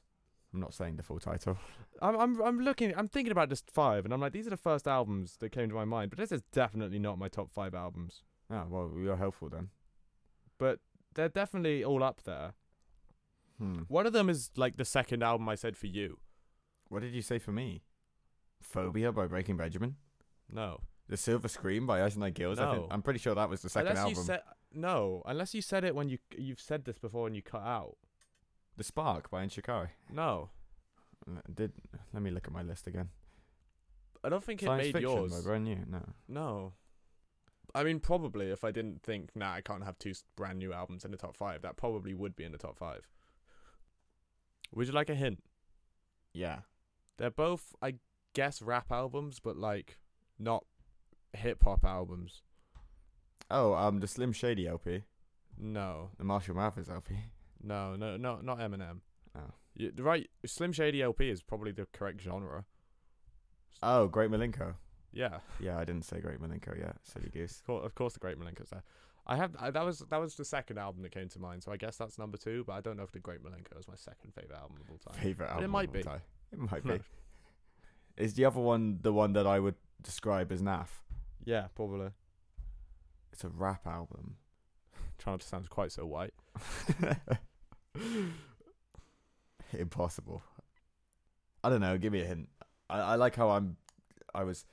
Speaker 2: I'm not saying the full title.
Speaker 1: I'm, I'm I'm looking I'm thinking about just five and I'm like these are the first albums that came to my mind but this is definitely not my top five albums
Speaker 2: Oh well, you're helpful then.
Speaker 1: but they're definitely all up there
Speaker 2: Hmm.
Speaker 1: one of them is like the second album I said for you
Speaker 2: What did you say for me? Phobia by Breaking Benjamin.
Speaker 1: no
Speaker 2: The Silver Screen by Ice Nine Gills. I
Speaker 1: No.
Speaker 2: think, I'm pretty sure that was the second
Speaker 1: unless
Speaker 2: album.
Speaker 1: you said no unless you said it when you you've said this before and you cut out
Speaker 2: the Spark by Inshikari.
Speaker 1: no
Speaker 2: L- Did let me look at my list again.
Speaker 1: I don't think it
Speaker 2: Science
Speaker 1: made
Speaker 2: Fiction
Speaker 1: yours
Speaker 2: by brand new. No.
Speaker 1: no I mean probably if I didn't think nah I can't have two s- brand new albums in the top five that probably would be in the top five would you like a hint
Speaker 2: Yeah.
Speaker 1: They're both, I guess, rap albums, but like not hip hop albums.
Speaker 2: Oh, um, the Slim Shady LP,
Speaker 1: No,
Speaker 2: the Marshall Mathers LP.
Speaker 1: no, no, no, not Eminem.
Speaker 2: Oh.
Speaker 1: You, the right, Slim Shady LP is probably the correct genre.
Speaker 2: Oh, Great Malenko.
Speaker 1: Yeah, *laughs*
Speaker 2: Yeah, I didn't say Great Malenko yet. Silly goose.
Speaker 1: of course, of course the Great Malenko's there. I have I, that was that was the second album that came to mind, so I guess that's number two. But I don't know if the Great Malenko is my second favorite album of all time.
Speaker 2: Favorite album.
Speaker 1: it
Speaker 2: of
Speaker 1: might
Speaker 2: all
Speaker 1: be.
Speaker 2: time. It
Speaker 1: *laughs*
Speaker 2: might
Speaker 1: No.
Speaker 2: be. Is the other one the one that I would describe as naff?
Speaker 1: Yeah, probably.
Speaker 2: It's a rap album. *laughs*
Speaker 1: Trying not to sound quite so white.
Speaker 2: Impossible. I don't know. Give me a hint. I, I like how I'm. I was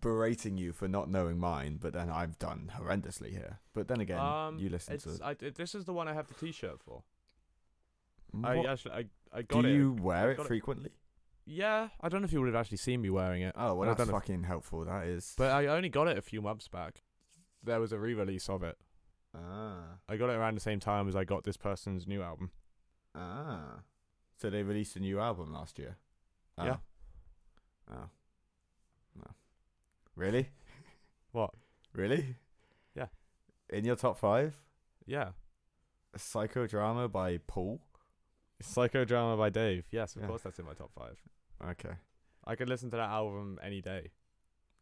Speaker 2: berating you for not knowing mine, but then I've done horrendously here. But then again,
Speaker 1: um,
Speaker 2: you listen
Speaker 1: it's,
Speaker 2: to.
Speaker 1: I, it- this is the one I have the T-shirt for. I
Speaker 2: What-
Speaker 1: actually I, I got
Speaker 2: do
Speaker 1: it.
Speaker 2: you wear
Speaker 1: I
Speaker 2: it
Speaker 1: got it-
Speaker 2: frequently?
Speaker 1: Yeah, I don't know if you would have actually seen me wearing it.
Speaker 2: Oh, well,
Speaker 1: I don't
Speaker 2: that's
Speaker 1: know if-
Speaker 2: fucking helpful. That is.
Speaker 1: But I only got it a few months back. There was a re-release of it.
Speaker 2: ah,
Speaker 1: I got it around the same time as I got this person's new album.
Speaker 2: ah. So they released a new album last year. Oh.
Speaker 1: Yeah.
Speaker 2: Oh. No. Really?
Speaker 1: *laughs* What?
Speaker 2: Really?
Speaker 1: Yeah.
Speaker 2: In your top five,
Speaker 1: Yeah.
Speaker 2: Psychodrama by Paul.
Speaker 1: Psychodrama by Dave. Yes, of
Speaker 2: Yeah.
Speaker 1: course that's in my top 5.
Speaker 2: Okay.
Speaker 1: I could listen to that album any day.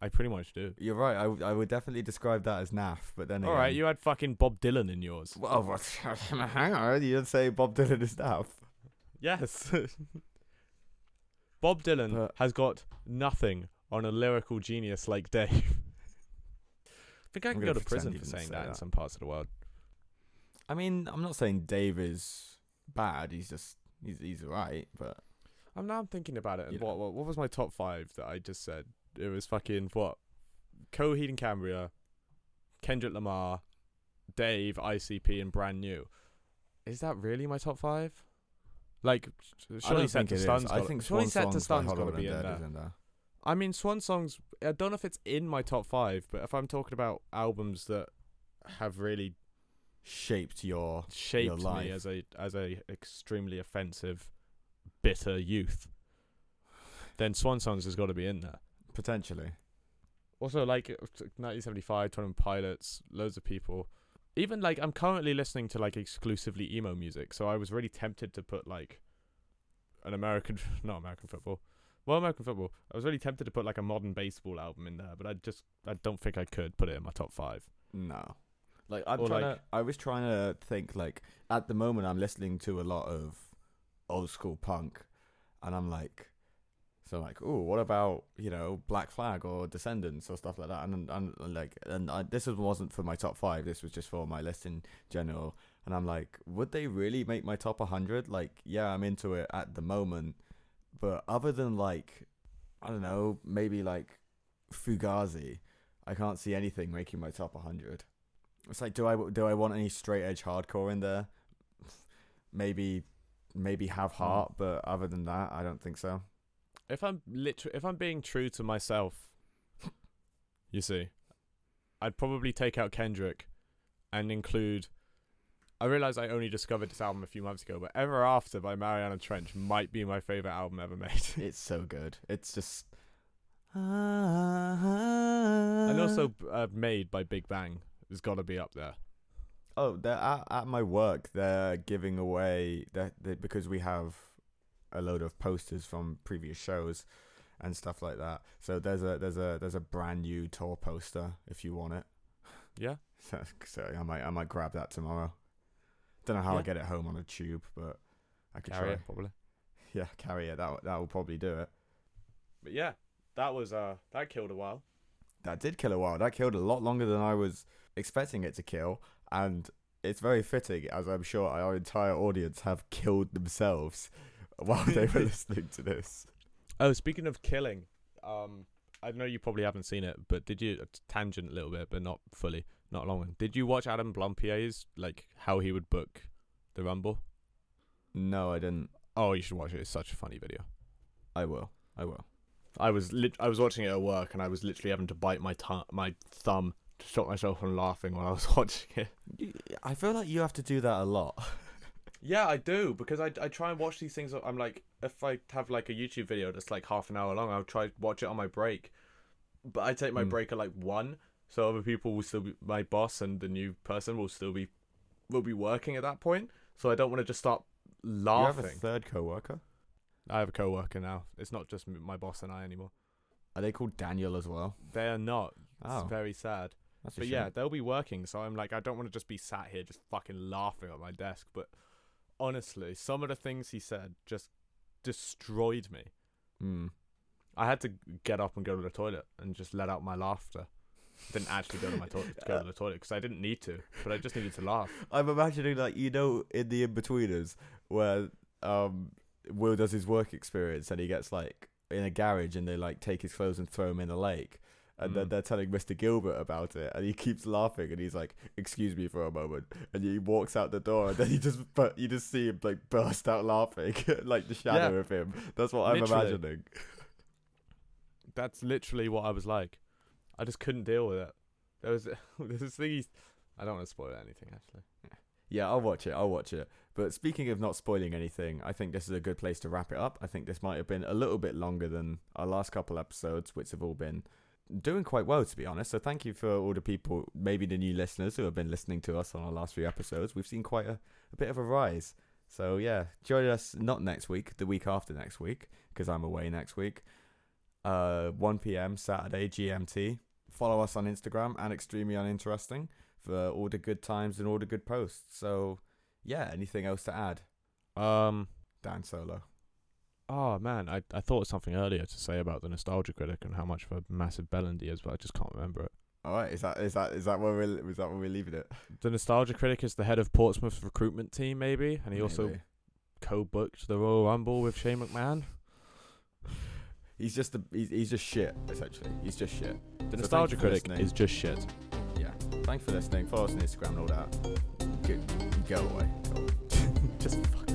Speaker 1: I pretty much do.
Speaker 2: You're right. I, w- I would definitely describe that as naff, but then
Speaker 1: All right,
Speaker 2: again-
Speaker 1: you had fucking Bob Dylan in yours.
Speaker 2: Well, oh, what? *laughs* hang on. You'd say Bob Dylan is naff.
Speaker 1: Yes. *laughs* Bob Dylan
Speaker 2: But-
Speaker 1: has got nothing on a lyrical genius like Dave. *laughs* I think I
Speaker 2: I'm
Speaker 1: can
Speaker 2: gonna
Speaker 1: go to
Speaker 2: pretend
Speaker 1: prison
Speaker 2: you
Speaker 1: for
Speaker 2: didn't
Speaker 1: saying
Speaker 2: say
Speaker 1: that, in
Speaker 2: that.
Speaker 1: some parts of the world.
Speaker 2: I mean, I'm not saying Dave is bad. He's just he's he's alright, but
Speaker 1: I'm now I'm thinking about it. And
Speaker 2: You know.
Speaker 1: what, what what was my top five that I just said? It was fucking what? Coheed and Cambria, Kendrick Lamar, Dave, ICP, and Brand New. Is that really my top five?
Speaker 6: Like, surely
Speaker 2: don't
Speaker 6: set
Speaker 2: think
Speaker 6: to
Speaker 2: it is.
Speaker 6: Stun's.
Speaker 2: I
Speaker 6: gotta-
Speaker 2: think
Speaker 1: surely
Speaker 2: Swan
Speaker 1: Set to
Speaker 2: Song's by
Speaker 1: Stun's gotta
Speaker 2: Hollow
Speaker 1: be
Speaker 2: and
Speaker 1: in
Speaker 2: Dead
Speaker 1: there.
Speaker 2: is in there.
Speaker 1: I mean, Swan Song's. I don't know if it's in my top five, but if I'm talking about albums that have really
Speaker 2: Shaped your
Speaker 1: shaped
Speaker 2: life.
Speaker 1: me as a as a extremely offensive, bitter youth, then Swan Songs has got to be in there.
Speaker 2: potentially.
Speaker 1: Also, like uh, 1975, 21 Pilots, loads of people. Even like I'm currently listening to like exclusively emo music, so I was really tempted to put like an American, *laughs* not American football, well American football. I was really tempted to put like a modern baseball album in there, but I just I don't think I could put it in my top five.
Speaker 2: No. Like I'm
Speaker 1: Or
Speaker 2: trying
Speaker 1: like-
Speaker 2: to, I was trying to think like at the moment I'm listening to a lot of old school punk and I'm like so like oh what about you know Black Flag or Descendants or stuff like that and and like and I, this was- wasn't for my top 5 this was just for my list in general and I'm like would they really make my top 100 like yeah I'm into it at the moment but other than like I don't know maybe like Fugazi I can't see anything making my top 100. It's like, do I do I want any straight edge hardcore in there? Maybe, maybe have heart, but other than that, I don't think so.
Speaker 1: If I'm liter if I'm being true to myself, you see, I'd probably take out Kendrick and include. I realize I only discovered this album a few months ago, but Ever After by Mariana Trench might be my favorite album ever made. *laughs*
Speaker 2: It's so good. It's just.
Speaker 1: and
Speaker 2: And
Speaker 1: also uh, Made by Big Bang has got to be up there.
Speaker 2: Oh, they're at, at my work. They're giving away that they, because we have a load of posters from previous shows and stuff like that. So there's a there's a there's a brand new tour poster if you want it. *laughs*
Speaker 1: Yeah.
Speaker 2: So, so I might I might grab that tomorrow. Don't know how I
Speaker 1: Yeah.
Speaker 2: get it home on a tube, but I could
Speaker 1: Carry
Speaker 2: try.
Speaker 1: it, probably.
Speaker 2: Yeah, carry it. That that will probably do it.
Speaker 1: But yeah, that was uh that killed a while.
Speaker 2: That did kill a while. That killed a lot longer than I was expecting it to kill, and it's very fitting, as I'm sure our entire audience have killed themselves *laughs* while they *laughs* were listening to this.
Speaker 1: Oh, speaking of killing, um, I know you probably haven't seen it, but did you tangent a little bit, but not fully, not a long one. Did you watch Adam Blompier's like how he would book the Rumble?
Speaker 2: No, I didn't.
Speaker 1: Oh, you should watch it. It's such a funny video.
Speaker 2: I will. I will.
Speaker 1: I was lit- I was watching it at work, and I was literally having to bite my tongue, my thumb to stop myself from laughing while I was *laughs* watching it.
Speaker 2: I feel like you have to do that a lot. *laughs*
Speaker 1: Yeah, I do because I, I try and watch these things. I'm like, if I have like a YouTube video that's like half an hour long, I'll try to watch it on my break. But I take my
Speaker 2: Mm.
Speaker 1: break at like one, so other people will still be my boss and the new person will still be will be working at that point. So I don't want to just start
Speaker 2: You have a
Speaker 1: laughing.
Speaker 2: third coworker.
Speaker 1: I have a coworker now. It's not just m- my boss and I anymore.
Speaker 2: Are they called Daniel as well?
Speaker 1: They are not. It's
Speaker 2: Oh,
Speaker 1: very sad.
Speaker 2: that's a
Speaker 1: But
Speaker 2: shame.
Speaker 1: yeah, they'll be working, so I'm like, I don't want to just be sat here just fucking laughing at my desk. But honestly, some of the things he said just destroyed me.
Speaker 2: Mm.
Speaker 1: I had to get up and go to the toilet and just let out my laughter. Didn't actually go to my
Speaker 2: *laughs*
Speaker 1: toilet go to the toilet because I didn't need to, but I just needed to laugh.
Speaker 2: I'm imagining like you know in the in-betweeners where um Will does his work experience and he gets like in a garage and they like take his clothes and throw him in the lake. And then
Speaker 1: Mm.
Speaker 2: they're telling Mr. Gilbert about it, and he keeps laughing, and he's like, "Excuse me for a moment," and he walks out the door, and then he just, but you just see him like burst out laughing, *laughs* like the shadow of him. That's what I'm
Speaker 1: Literally.
Speaker 2: imagining. *laughs*
Speaker 1: That's literally what I was like. I just couldn't deal with it. There was *laughs* there's this thing. He's, I don't want to spoil anything actually.
Speaker 2: Yeah, I'll watch it. I'll watch it. But speaking of not spoiling anything, I think this is a good place to wrap it up. I think this might have been a little bit longer than our last couple episodes, which have all been doing quite well, to be honest. So thank you for all the people, maybe the new listeners who have been listening to us on our last few episodes. We've seen quite a, a bit of a rise. So yeah, join us not next week, the week after next week, because I'm away next week. Uh, 1 p.m. Saturday GMT. Follow us on Instagram and Extremely Uninteresting for all the good times and all the good posts. So, yeah, anything else to add?
Speaker 1: Um.
Speaker 2: Dan Solo.
Speaker 1: Oh man, I I thought of something earlier to say about the nostalgia critic and how much of a massive bellend he is, but I just can't remember it.
Speaker 2: All right, is that is that is that where we're is that where we're leaving it?
Speaker 1: The nostalgia critic is the head of Portsmouth's recruitment team, maybe, and he also
Speaker 2: Maybe.
Speaker 1: co-booked the Royal Rumble with Shane McMahon.
Speaker 2: he's just a, he's, he's just shit essentially. He's just shit.
Speaker 1: The
Speaker 2: So
Speaker 1: nostalgia
Speaker 2: thank you for
Speaker 1: critic
Speaker 2: listening.
Speaker 1: is just shit.
Speaker 2: Yeah. Thanks for listening. Follow us on Instagram and all that. Good. Go away.
Speaker 1: just fuck.